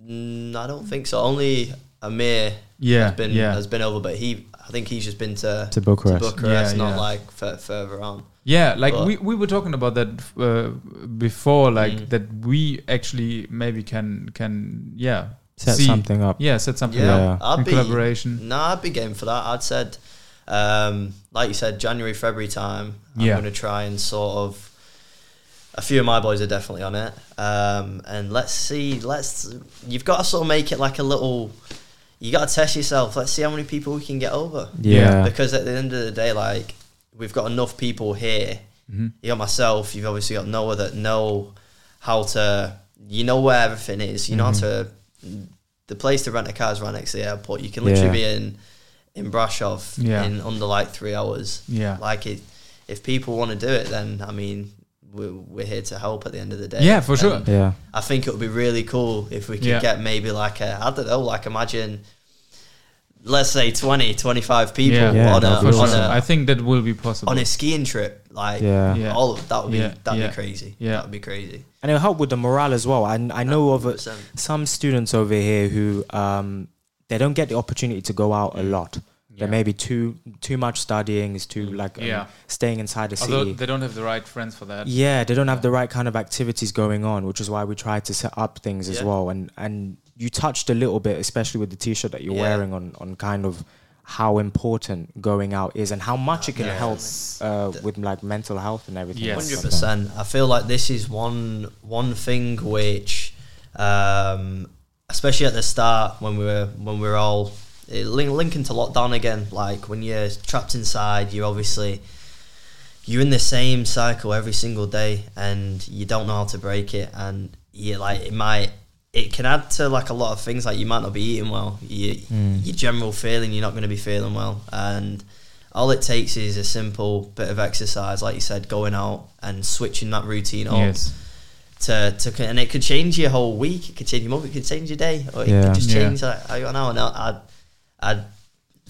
mm, I don't think so. Only Amir
Yeah,
has been
yeah.
has been over, but he I think he's just been to
To Bucharest.
Yeah,
not
yeah.
like f- further on.
Yeah, like
But-
we, we were talking about that uh, before, like
Mm.
that we actually maybe can can yeah
Set something up.
Yeah, set something
Yeah,
up
I'd
in
be
collaboration.
Nah, I'd be game for that. I'd said, um, like you said, January February time. I'm
Yeah.
gonna try and sort of. A few of my boys are definitely on it, um, and let's see. Let's you've got to sort of make it like a little. You got to test yourself. Let's see how many people we can get over.
Yeah.
because at the end of the day, like we've got enough people here.
Mm-hmm.
You got myself. You've obviously got Noah that know how to. You know where everything is. You know how to.
Mm-hmm.
The place to rent a car is right next to the airport. You can literally
Yeah.
be in in Brashov
Yeah.
in under like three hours.
Yeah.
like it. If people want to do it, then I mean, we're, we're here to help. At the end of the day,
Yeah, for sure.
And
Yeah.
I think it would be really cool if we could
Yeah.
get maybe like a, I don't know, like imagine, let's say 20, 25 people
Yeah,
Yeah,
on, a,
that'd
for
be
sure.
on,
awesome.
I
a,
think that will be possible.
on a skiing trip. Like,
Yeah.
Yeah.
all of that would be,
Yeah,
that'd
yeah,
be crazy.
yeah.
That'd be crazy.
and it'll help with the morale as well. I, I know of uh,
100%.
some students over here who um, they don't get the opportunity to go out
Mm.
a lot. There may be too too much studying, is too like um,
Yeah.
staying inside the
Although
city.
they don't have the right friends for that.
yeah, they don't have the right kind of activities going on, which is why we try to set up things as
Yeah.
well. And and you touched a little bit, especially with the t-shirt that you're
Yeah.
wearing, on on kind of how important going out is and how much it can help
Yes.
uh, with like mental health and everything.
Yes.
like that.
Hundred percent. I feel like this is one one thing which, um, especially at the start when we were when we were all eh, it link, linking to lockdown again. Like when you're trapped inside, you obviously you're in the same cycle every single day and you don't know how to break it and you like it might it can add to like a lot of things like you might not be eating well you, your general feeling you're not going to be feeling well and all it takes is a simple bit of exercise like you said going out and switching that routine on
Yes.
to, to c- and it could change your whole week it could change your month it could change your day or it
Yeah.
could just
Yeah.
change like how you are now and I, I, I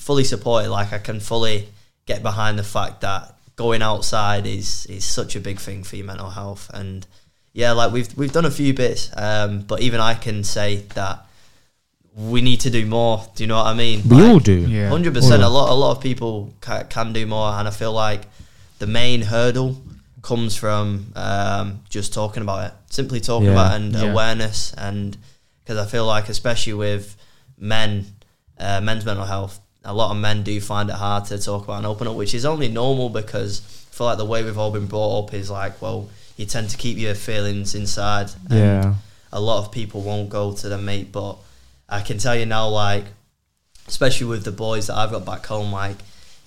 fully support it like I can fully get behind the fact that going outside is is such a big thing for your mental health and yeah like we've we've done a few bits um, but even I can say that we need to do more do you know what I mean
We
Like,
all do.
Yeah.
Hundred
Oh,
percent. A lot, a lot of people ca- can do more, and I feel like the main hurdle comes from um, just talking about it, simply talking
Yeah.
about it and
Yeah.
awareness, and because I feel like, especially with men, uh, men's mental health, a lot of men do find it hard to talk about and open up, which is only normal because I feel like the way we've all been brought up is like, well, you tend to keep your feelings inside, and
Yeah.
a lot of people won't go to the mate, but I can tell you now, like, especially with the boys that I've got back home, like,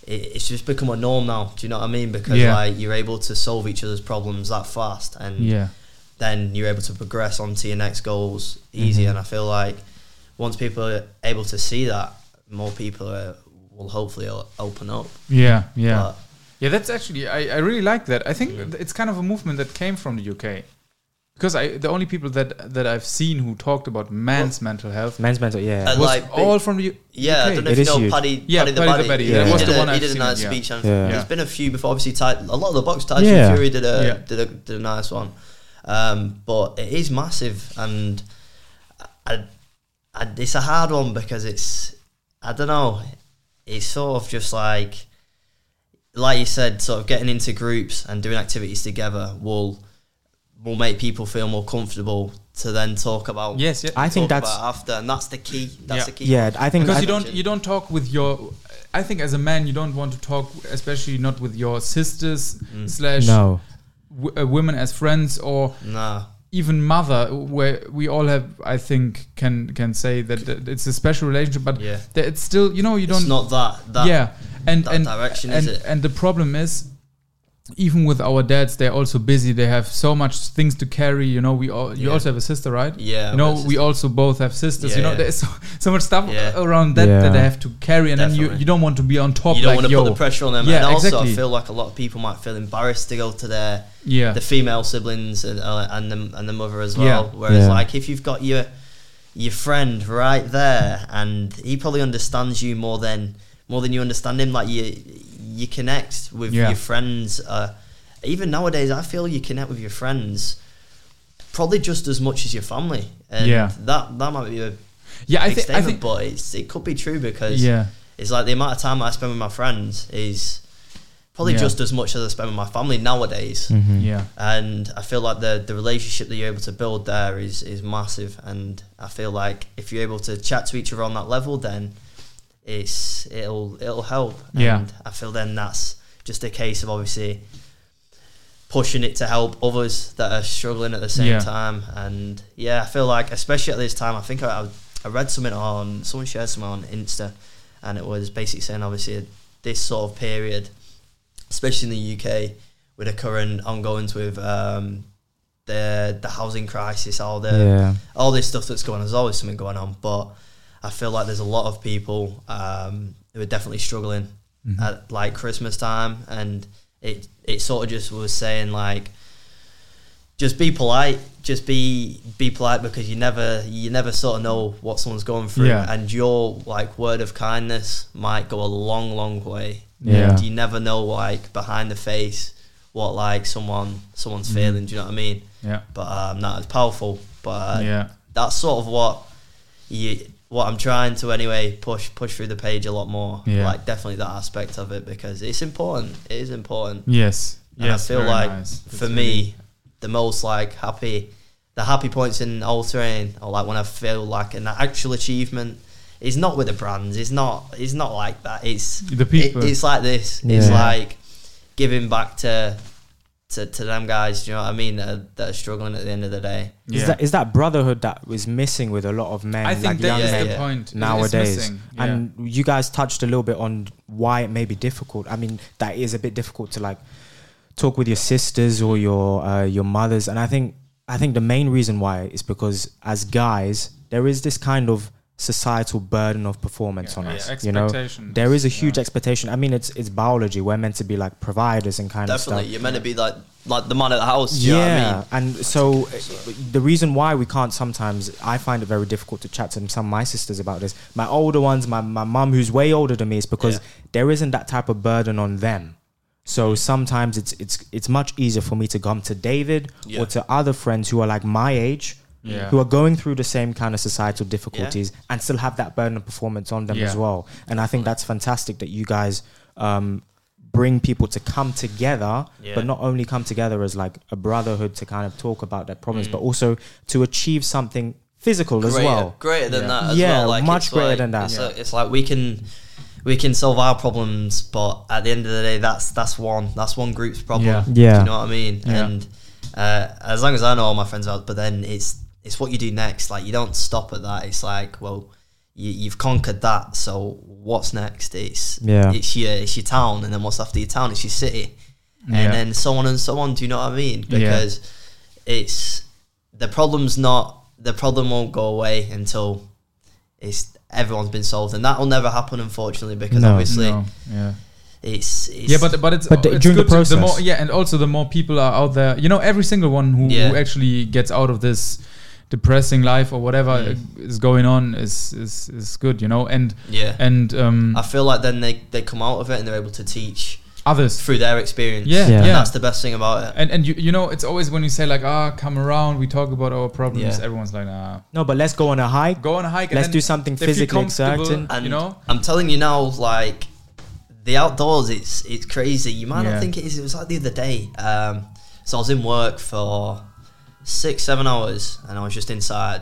it, it's just become a norm now. Do you know what I mean? Because,
Yeah.
like, you're able to solve each other's problems that fast, and
Yeah.
then you're able to progress on to your next goals easy.
Mm-hmm.
And I feel like once people are able to see that, more people are, will hopefully o- open up.
Yeah. Yeah.
But
Yeah, that's actually I, I really like that. I think th- it's kind of a movement that came from the UK. Because I the only people that that I've seen who talked about man's mental health
Men's mental, yeah.
Uh,
was
like,
all from the U-
Yeah, I
UK.
don't know
It
if you
is
know
huge.
Paddy,
Yeah,
Paddy the
Paddy the
Buddy.
Baddy.
Yeah. That was
the
he did, a-
one
he
I've
did a
seen,
nice
yeah.
speech. And
Yeah.
There's been a few before. Obviously, Ty, a lot of the box. Tyson
Yeah.
Fury did a,
Yeah.
did a did a nice one, um, but it is massive, and I, I, it's a hard one because it's I don't know. It's sort of just like like you said, sort of getting into groups and doing activities together will will make people feel more comfortable to then talk about.
Yes, yeah.
I think
talk
that's-
about after, and that's the key. That's
Yeah.
the key.
Yeah, I think
because
I-
you don't you don't talk with your I think as a man you don't want to talk especially not with your sisters
Mm.
slash
No.
w- uh, women as friends or
Nah.
even mother where we all have I think can can say that uh, it's a special relationship but
Yeah.
that it's still you know you don't
it's not that. that
yeah and
that
and
direction,
and,
is it?
and the problem is even with our dads they're also busy they have so much things to carry you know we all you
Yeah.
also have a sister right
Yeah,
you know
my
we
sister.
also both have sisters you
Yeah,
know
yeah.
there's so, so much stuff
Yeah.
around that that they
Yeah.
have to carry and then you
Definitely.
you don't want to be on top
You don't
like,
want to
yo.
put the pressure on them.
yeah
and also,
exactly
I feel like a lot of people might feel embarrassed to go to their
yeah
the female siblings and uh, and the and the mother as well.
Yeah.
Whereas,
Yeah.
like, if you've got your your friend right there, and he probably understands you more than more than you understand him. Like you, you connect with
Yeah.
your friends. Uh, even nowadays, I feel you connect with your friends probably just as much as your family. And
Yeah.
that that might be a
yeah I
big
think I
statement,
think
but it's, it could be true because
yeah
it's like the amount of time I spend with my friends is probably
Yeah. Mm-hmm.
just as much as I spend with my family nowadays.
yeah
And I feel like the, the relationship that you're able to build there is, is massive. And I feel like if you're able to chat to each other on that level, then it's it'll it'll help.
Yeah.
And I feel then that's just a case of obviously pushing it to help others that are struggling at the same
Yeah.
time. And yeah, I feel like especially at this time, I think I, I, I read something on someone shared something on Insta, and it was basically saying obviously this sort of period, especially in the UK, with the current ongoings with um, the the housing crisis, all the
Yeah.
all this stuff that's going on. There's always something going on, but I feel like there's a lot of people um, who are definitely struggling
Mm-hmm.
at like Christmas time, and it it sort of just was saying like, just be polite, just be be polite because you never you never sort of know what someone's going through,
Yeah.
and your like word of kindness might go a long long way.
Yeah.
And you never know like behind the face what like someone someone's feeling. Do you know what I mean?
Mm-hmm. yeah
But um, not as powerful. But uh,
yeah
that's sort of what you what I'm trying to anyway push push through the page a lot more.
Yeah.
Like definitely that aspect of it because it's important. It is important.
yes
And
yes
I feel
very
like
nice.
for
That's really-
me, the most like happy, the happy points in all terrain, or like when I feel like an actual achievement, is not with the brands. It's not. It's not like that. It's
The people.
It, it's like this. It's
Yeah.
like giving back to to to them guys. Do you know what I mean? That are, that are struggling at the end of the day.
yeah.
Is that is that brotherhood that is missing with a lot of men?
I think
like
that
young
is
yeah,
the
yeah.
men
point It is
nowadays.
missing. Yeah.
And you guys touched a little bit on why it may be difficult. I mean, that is a bit difficult to like talk with your sisters or your uh, your mothers. And I think I think the main reason why is because as guys, there is this kind of societal burden of performance
Yeah,
on
yeah,
us. You know,
expectations,
there is a huge
yeah.
expectation. I mean, it's it's biology. We're meant to be like providers and kind of stuff.
Definitely, you're meant to be like like the man at the house. Do you know what I
Yeah,
mean?
and so uh, the reason why we can't sometimes, I find it very difficult to chat to some of my sisters about this. My older ones, my my mum who's way older than me, is because
Yeah. Mm.
there isn't that type of burden on them. So sometimes it's it's it's much easier for me to come to David
Yeah.
or to other friends who are like my age,
Yeah.
who are going through the same kind of societal difficulties and still have that burden of performance on them
Yeah.
as well. And I think that's fantastic that you guys. Um, bring people to come together
Yeah.
but not only come together as like a brotherhood to kind of talk about their problems,
Mm.
but also to achieve something physical as
greater,
well.
Greater than
Yeah.
that as
Yeah,
well. Like,
much
it's
greater
like-
than that.
It's,
Yeah.
like, it's like we can we can solve our problems, but at the end of the day, that's that's one that's one group's problem.
Yeah.
Yeah.
Do you know what I mean?
Yeah.
And uh, as long as I know all my friends out, but then it's it's what you do next. Like you don't stop at that. It's like well. You, you've conquered that, so what's next? It's
Yeah.
it's your it's your town, and then what's after your town? It's your city, and
Yeah.
then so on and so on. Do you know what I mean?
Yeah.
Because it's the problem's not the problem won't go away until it's everyone's been solved, and that will never happen, unfortunately, because
No.
obviously
No, yeah.
it's, it's
Yeah, but but it's,
But the-
it's
during the
good to-
process.
more, yeah, and also the more people are out there, you know, every single one who,
Yeah.
who actually gets out of this depressing life or whatever
Mm.
is going on is is is good, you know, and
yeah,
and um,
I feel like then they they come out of it and they're able to teach
others.
through their experience.
Yeah,
Yeah.
yeah.
And that's the best thing about it.
And and you you know, it's always when you say like, ah, come around, we talk about our problems.
Yeah.
Everyone's like, nah,
No, but let's go on a hike.
go on a hike. and
Let's
then
do something
they feel
physically
comfortable,
exciting.
And
you know.
I'm telling you now, like the outdoors, it's it's crazy. You might
Yeah.
not think it is. It was like the other day. Um, so I was in work for six, seven hours, and I was just inside,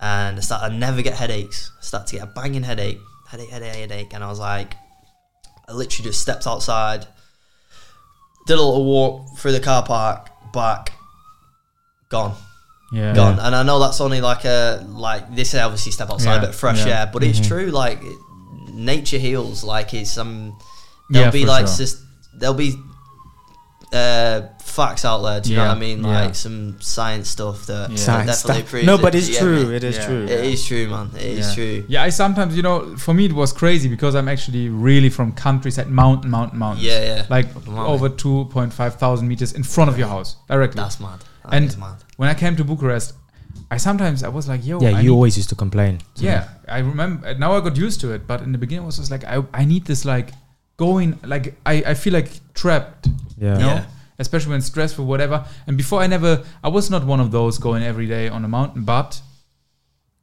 and I start. I never get headaches. I start to get a banging headache, headache, headache, headache, and I was like, I literally just stepped outside, did a little walk through the car park, back, gone
Yeah.
gone. And I know that's only like a like this is obviously step outside,
Yeah,
but fresh
yeah. Mm-hmm.
air. But it's true. Like it- nature heals. Like it's um,
Yeah,
there'll be
for
like
sure.
sus- there'll be uh facts out there. Do you know
Yeah,
what I mean?
yeah.
Like some science stuff that, that
Science
definitely
stuff.
proves
No,
it.
but
Do
it's
you get
true.
me?
It is
Yeah.
true.
It is true, man. It is
yeah.
true.
Yeah, I sometimes, you know, for me it was crazy because I'm actually really from countryside, mountain, mountain, mountain.
Yeah, yeah.
Like
mountain.
over 2.5 thousand meters in front of your house directly.
That's mad. That
and
is mad.
when I came to Bucharest, I sometimes I was like, yo,
Yeah,
I
you
need-
always used to complain.
yeah, I remember. Now I got used to it, but in the beginning it was just like, I, I need this like going, like I, I feel like trapped,
Yeah.
you know,
Yeah.
especially when stressful, whatever. And before I never, I was not one of those going every day on a mountain, but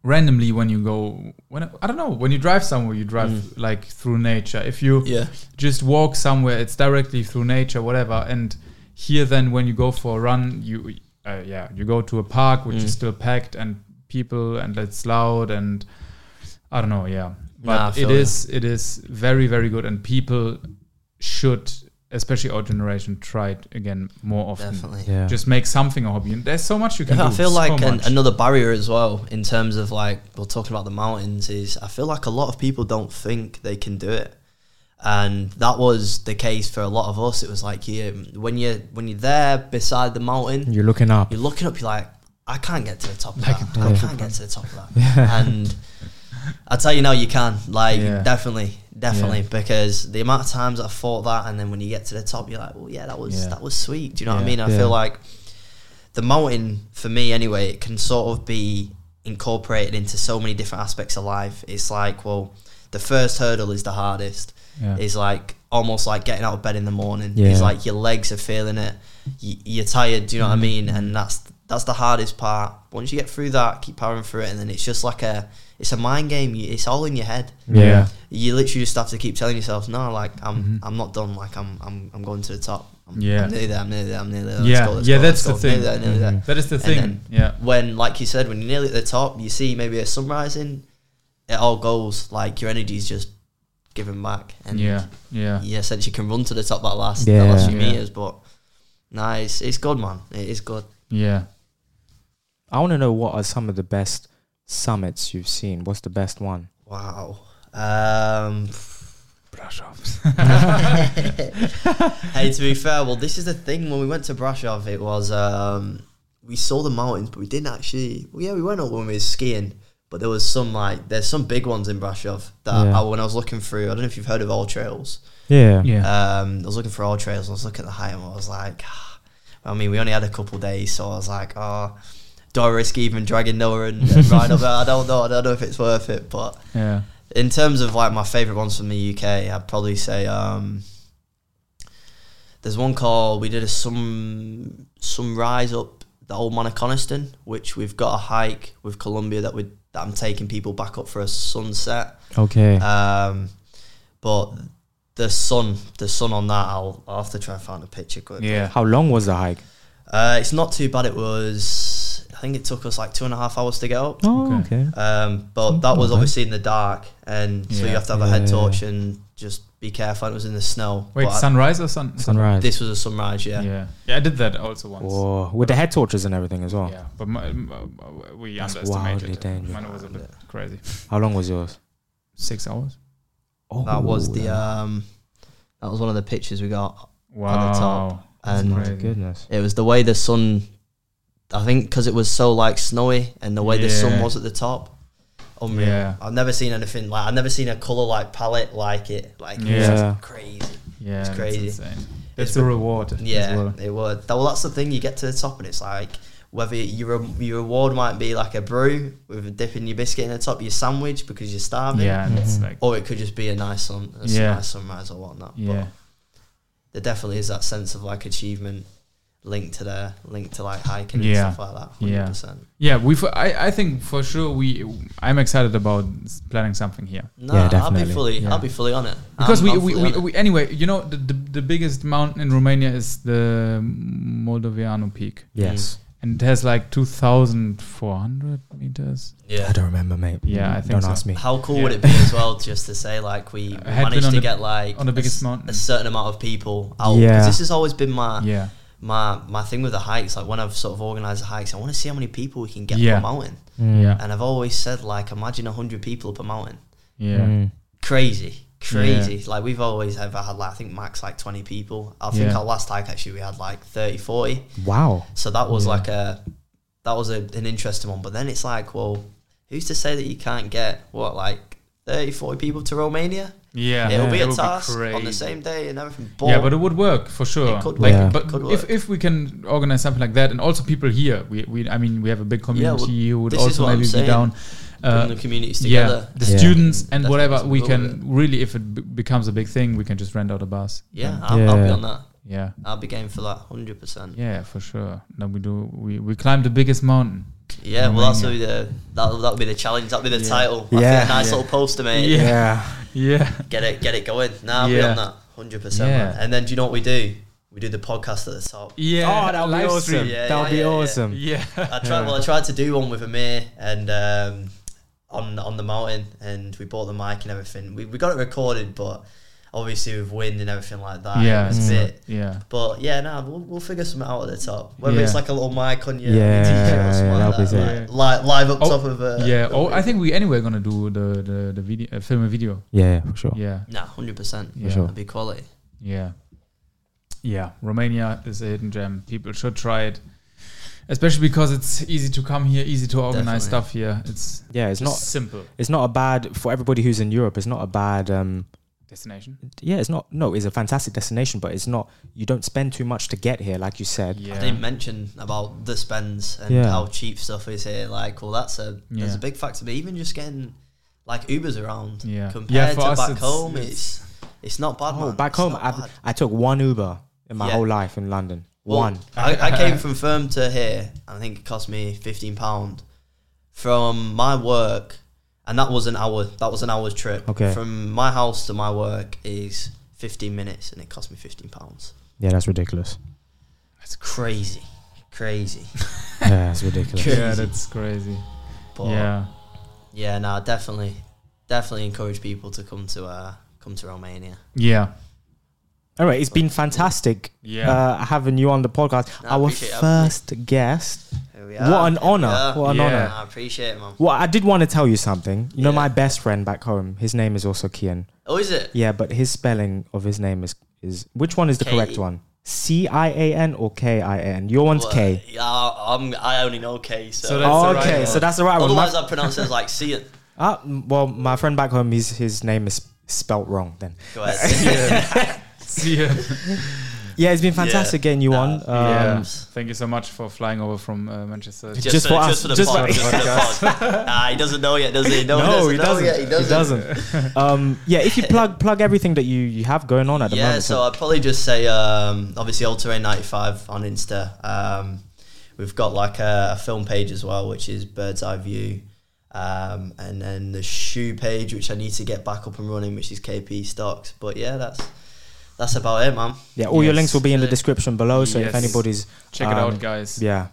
randomly when you go, when I don't know, when you drive somewhere, you drive like through nature. If you
Yeah.
just walk somewhere, it's directly through nature, whatever. And here, then, when you go for a run, you uh, yeah, you go to a park which
Mm.
is still packed and people and it's loud and I don't know, yeah.
Nah, I
But
feel
it
ya.
is it is very very good and people should, especially our generation, try it again more often.
Definitely.
Yeah.
Just make something a hobby. And there's so much you can
Yeah, I
do.
feel
so
like an,
much.
another barrier as well in terms of like we're talking about the mountains is I feel like a lot of people don't think they can do it, and that was the case for a lot of us. It was like you when you when you're there beside the mountain,
You're looking up.
you're looking up, you're like, I can't get to the top of
Like
that.
a
I can't get to the top of that. And I tell you now, you can like
Yeah.
definitely, definitely because the amount of times I thought that, and then when you get to the top, you're like, well, yeah, that was
Yeah.
that was sweet. Do you know what
Yeah.
I mean? I
Yeah.
feel like the mountain for me anyway it can sort of be incorporated into so many different aspects of life it's like well the first hurdle is the hardest
Yeah.
It's like almost like getting out of bed in the morning
Yeah.
it's like your legs are feeling it you, you're tired do you know
Mm-hmm.
what i mean and that's that's the hardest part once you get through that keep powering through it and then it's just like a it's a mind game You- it's all in your head
Yeah.
you literally just have to keep telling yourself no like i'm i'm not done like i'm i'm, I'm going to the top I'm,
Mm-hmm. Yeah.
I'm nearly there i'm nearly there i'm nearly there
Yeah, yeah, that's the
nearly
thing. Mm-hmm.
there, nearly there
that is the
and
thing.
then-
yeah.
when, like you said, when you're nearly at the top, you see maybe a sun rising, it all goes like your energy's just given back, and
Yeah. Yeah.
you essentially can run to the top that last
Yeah.
that last few
Yeah.
meters. But nah, it's, it's good, man. It is good.
Yeah.
I want to know what are some of the best summits you've seen? What's the best one?
Wow. Um,
Brashovs.
hey, to be fair, well, this is the thing. When we went to Brashov, it was um, we saw the mountains, but we didn't actually. Well, yeah, we went up when we were skiing, but there was some like there's some big ones in Brashov that
Yeah.
I, when I was looking through, I don't know if you've heard of All Trails.
Yeah.
yeah.
Um, I was looking for All Trails, and I was looking at the height, and I was like, "Ah." I mean, we only had a couple days, so I was like, oh, do I risk even dragging Noah and, and Ryan up? there? I don't know. I don't know if it's worth it, but
yeah.
in terms of like my favorite ones from the UK, I'd probably say um, there's one called we did a some some rise up the old man of Coniston, which we've got a hike with Columbia that we that I'm taking people back up for a sunset.
Okay.
Uh,
Um, but the sun, the sun on that, I'll, I'll have to try and find a picture quick.
Yeah.
How long was the hike?
Uh, it's not too bad. It was I think it took us like two and a half hours to get up.
Oh,
okay.
Um, but that was
Okay.
obviously in the dark, and so
Yeah.
you have to have a head
Yeah.
torch and just be careful. And it was in the snow.
Wait,
but I-
sunrise or sun?
Sunrise.
this was a sunrise, yeah.
Yeah. yeah. Yeah, I did that also once.
Whoa. Oh, With the head torches and everything as well.
Yeah, but my, m- uh, we
That's
underestimated.
wildly
it.
dangerous.
Mine was a bit crazy.
How long was yours?
Six hours.
Oh,
That was the um, that was one of the pictures we got,
Wow.
top. and
my
crazy.
goodness.
it was the way the sun. I think because it was so like snowy and the way the sun
Yeah.
was at the top. Unreal.
Yeah.
I've never seen anything like I've never seen a color like palette like it. Like yeah.
Yeah.
crazy.
Yeah,
It's
that's
crazy.
insane.
It's
It's,
re-
a reward.
Yeah,
As well.
it would. Well, that's the thing. You get to the top, and it's like whether your your reward might be like a brew with a dip in your biscuit in the top of your sandwich because you're starving.
Yeah, and it's
Mhm.
like.
Or it could just be a nice sun, a
Yeah.
nice sunrise or whatnot.
Yeah.
But there definitely is that sense of like achievement linked to there, linked to like hiking
Yeah.
and stuff like that. 100%.
Yeah. Yeah, we. I, I think for sure we. I'm excited about s- planning something here
No,
Yeah,
I'll be
definitely.
fully,
Yeah.
I'll be fully on it
because
I'm-
we,
I'm
we,
fully
we,
on it.
we anyway. You know the, the the biggest mountain in Romania is the Moldoviano Peak,
Yes.
and it has like 2,400 meters.
yeah.
I don't remember, mate.
Yeah, I think
Don't
so.
ask me.
How cool
Yeah.
would it be as well just to say like we we
Had been
managed
on
to
the-
get like
on the
a
biggest
s-
mountain.
a certain amount of people out 'cause
Yeah.
this has always been my
Yeah,
my my thing with the hikes like when I've sort of organized the hikes I want to see how many people we can get
Yeah.
up a mountain
Mm,
yeah,
and I've always said like imagine 100 people up a mountain
yeah,
Mm.
crazy crazy like we've always ever had like I think max like 20 people I think
Yeah.
our last hike actually we had like 30 40
Wow.
so that was
Yeah.
like a that was a, an interesting one. But then it's like, well, who's to say that you can't get what like 30, 40 people to Romania?
yeah.
It'll be
It
a
would
task on the
crazy.
same day and everything.
yeah, but it would work for sure.
could
like,
work.
but
Could
if,
work.
if we can organize something like that, and also people here, we, we I mean, we have a big community who would
this is
also
what I'm
maybe be
saying.
down.
bring
Uh,
the communities
yeah,
together.
the
Yeah.
students and
That's
whatever
what's
we
cool
can
with
really, if it b- becomes a big thing, we can just rent out a bus.
Yeah,
And-
I'll, I'll be
Yeah.
on that.
yeah,
I'll be game for that, hundred percent.
yeah, for sure. Then we do we we climb the biggest mountain.
Yeah, well, that's be the that that'll be the challenge. That'll be the title. I
Yeah.
think a nice
Yeah.
little poster, mate.
Yeah.
Yeah.
Yeah,
Get it, get it going. Nah, I'll be
Yeah.
on that, hundred percent.
Yeah.
man. And then do you know what we do? We do the podcast at the top.
yeah.
Oh, that would
live
be
stream.
awesome.
Yeah,
that would
yeah,
be
yeah, yeah.
awesome.
Yeah,
I tried. Well, I tried to do one with Amir and um, on on the mountain, and we bought the mic and everything. We, we got it recorded, but obviously with wind and everything like that,
yeah, Mm.
it was a
Mm.
it's-
bit.
yeah.
But yeah, no, we'll, we'll figure something out at the top. Whether it's
Yeah.
like a little mic on your
Yeah,
your t-shirt
yeah,
or something
that'll be
like that,
sick.
like, li- live up
Oh,
top of a
yeah. Oh, I think we anyway gonna do the the the video, uh, film and video.
Yeah, for sure.
Yeah,
nah, hundred percent.
Yeah.
sure.
That'd be quality.
Yeah. Yeah. Romania is a hidden gem. People should try it. Especially because it's easy to come here, easy to organize
Definitely.
stuff here. It's
Yeah, it's
not
not
simple
it's not a bad for everybody who's in Europe, it's not a bad um
destination.
yeah, it's not no, it's a fantastic destination, but it's not you don't spend too much to get here, like you said.
Yeah.
I didn't mention about the spends and
Yeah.
how cheap stuff is here. Like, well, that's a that's
Yeah.
a big factor. But even just getting like Ubers around
Yeah. Yeah,
compared
for
to
us
back
it's-
home,
it's-
it's it's not bad.
Oh,
man.
back
It's
home,
not
I've,
bad.
I took one Uber in my
Yeah.
whole life in London.
Well,
one.
I, I came from firm to here. and I think it cost me fifteen pound from my work, and that was an hour. That was an hour's trip.
Okay.
From my house to my work is fifteen minutes, and it cost me fifteen pounds.
Yeah, that's ridiculous.
That's crazy, crazy.
yeah, that's ridiculous.
Yeah,
Crazy.
that's crazy.
But
yeah.
Yeah, no, definitely, definitely encourage people to come to uh, come to Romania.
Yeah.
All right, it's been fantastic
Yeah.
uh, having you on the podcast.
No, I
Our
appreciate it, having me.
first guest.
Here we
What
are,
an
here we
honor.
are.
What
an Yeah. honor.
I appreciate it, man.
Well, I did want to tell you something. You know,
Yeah.
my best friend back home, his name is also Kian.
Oh, is it?
Yeah, but his spelling of his name is is which one is the
K. E.
correct one? C I A N or K I A N? Your one's
Well,
K.
yeah, I'm, I only know K, so.
So that's-
Oh,
the right
okay,
one.
so that's the right one. My-
Otherwise, I pronounce it as like see it.
Ah, m- well, my friend back home, his his name is spelt wrong. Then,
Go ahead.
See ya.
yeah, it's been fantastic getting you on.
Uh,
Um,
yeah.
Um,
Thank you so much for flying over from uh, Manchester.
Just for us.
just for the
Just
pod.
for-
Just for the pod. Nah, he doesn't know yet, does he? No,
No,
he doesn't.
he
know
doesn't.
yet,
he doesn't. um, yeah, if you plug plug everything that you you have going on at the
yeah,
moment.
so I'd probably just say um, obviously All Terrain 95 on Insta. Um, we've got like a, a film page as well, which is Bird's Eye View. Um, and then the shoe page, which I need to get back up and running, which is KP Stocks. But yeah, that's that's about it, man.
yeah, all your
Yes.
links will be in the description below. So if
Yes.
anybody's
Check it
um,
out, guys.
yeah,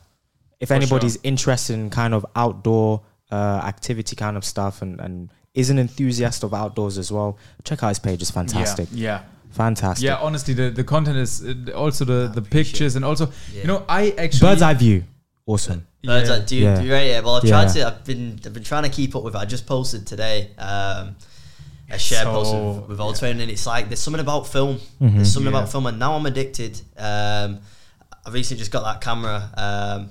if
For
anybody's interested in kind of outdoor uh, activity kind of stuff and and is an enthusiast of outdoors as well, check out his page. It's fantastic,
Yeah.
fantastic.
Yeah, honestly, the, the content is uh, also the, the
appreciate
pictures and also,
Yeah.
you know, I actually.
Bird's eye view, awesome.
Bird's
Yeah.
Eye, do you,
Yeah.
do you rate it? Well, I've tried
Yeah.
to. I've been I've been trying to keep up with it. I just posted today um, a share
So-
post with, with Old Train, and it's like there's something about film.
Mm-hmm.
There's something
Yeah.
about film, and now I'm addicted. Um, I recently just got that camera. Um,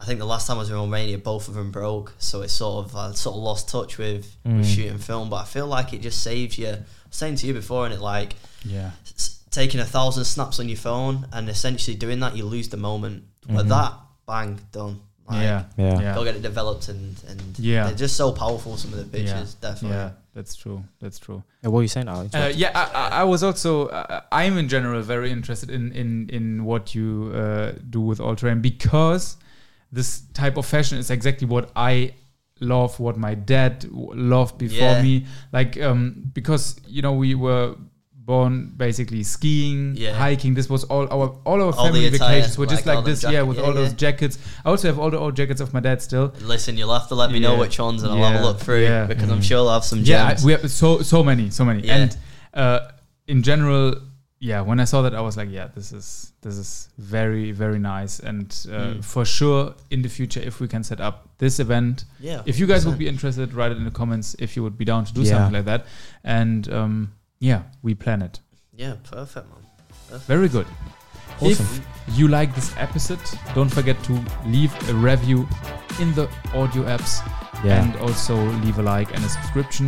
I think the last time I was in Romania, both of them broke, so it's sort of I sort of lost touch with,
Mm.
with shooting film. But I feel like it just saves you. I was saying to you before, and it like
Yeah.
s- taking a thousand snaps on your phone and essentially doing that, you lose the moment. With that, bang, done. Like,
Mm-hmm. Yeah.
Yeah.
Go get it developed and and
Yeah.
they're just so powerful. Some of the pictures,
yeah.
definitely.
Yeah, that's true. That's true.
Yeah, What were you saying? Al?
Uh, yeah, I, I- I was also. Uh, I'm in general very interested in in in what you uh, do with all terrain because this type of fashion is exactly what I love, what my dad w- loved before
Yeah.
me. Like um, because you know we were born basically skiing,
Yeah.
hiking. This was all our all our
All the
family
attire,
vacations were just
like all
like
them
this.
jacket-
yeah, with
yeah,
all those
yeah.
jackets. I also have all the old jackets of my dad still.
Listen, you'll have to let me know
Yeah.
which ones, and I'll
Yeah.
have a look through
Yeah. Mm-hmm.
because I'm sure I'll have some
yeah
gems.
I, we have so so many so many
Yeah.
and uh in general yeah when i saw that i was like yeah this is this is very very nice and uh,
Mm.
for sure in the future if we can set up this event
Yeah,
if you guys would be interested write it in the comments if you would be down to do
Yeah.
something like that and um yeah we plan it
yeah, perfect, man.
very good
Awesome.
if you like this episode don't forget to leave a review in the audio apps
Yeah.
and also leave a like and a subscription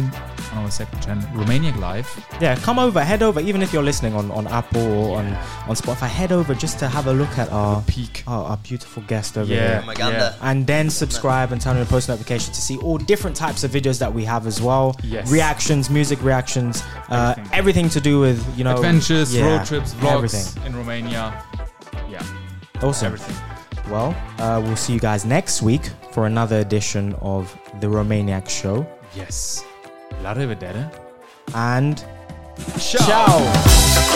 on our second channel romaniac live
Yeah, come over, head over, even if you're listening on, on Apple or on, on Spotify, head over just to have a look at our,
peak.
Oh, our, our beautiful guest over
Yeah.
here.
my gander.
And then subscribe and turn on the post notification to see all different types of videos that we have as well.
Yes.
Reactions, music reactions, uh, everything.
Everything.
to do with, you know,
Adventures,
Oh, yeah,
road trips, vlogs
Everything. Um,
in Romania. Yeah,
Awesome.
everything.
Well, uh, we'll see you guys next week for another edition of The Romaniac Show.
Yes. La rivedere.
And
Ciao.
ciao.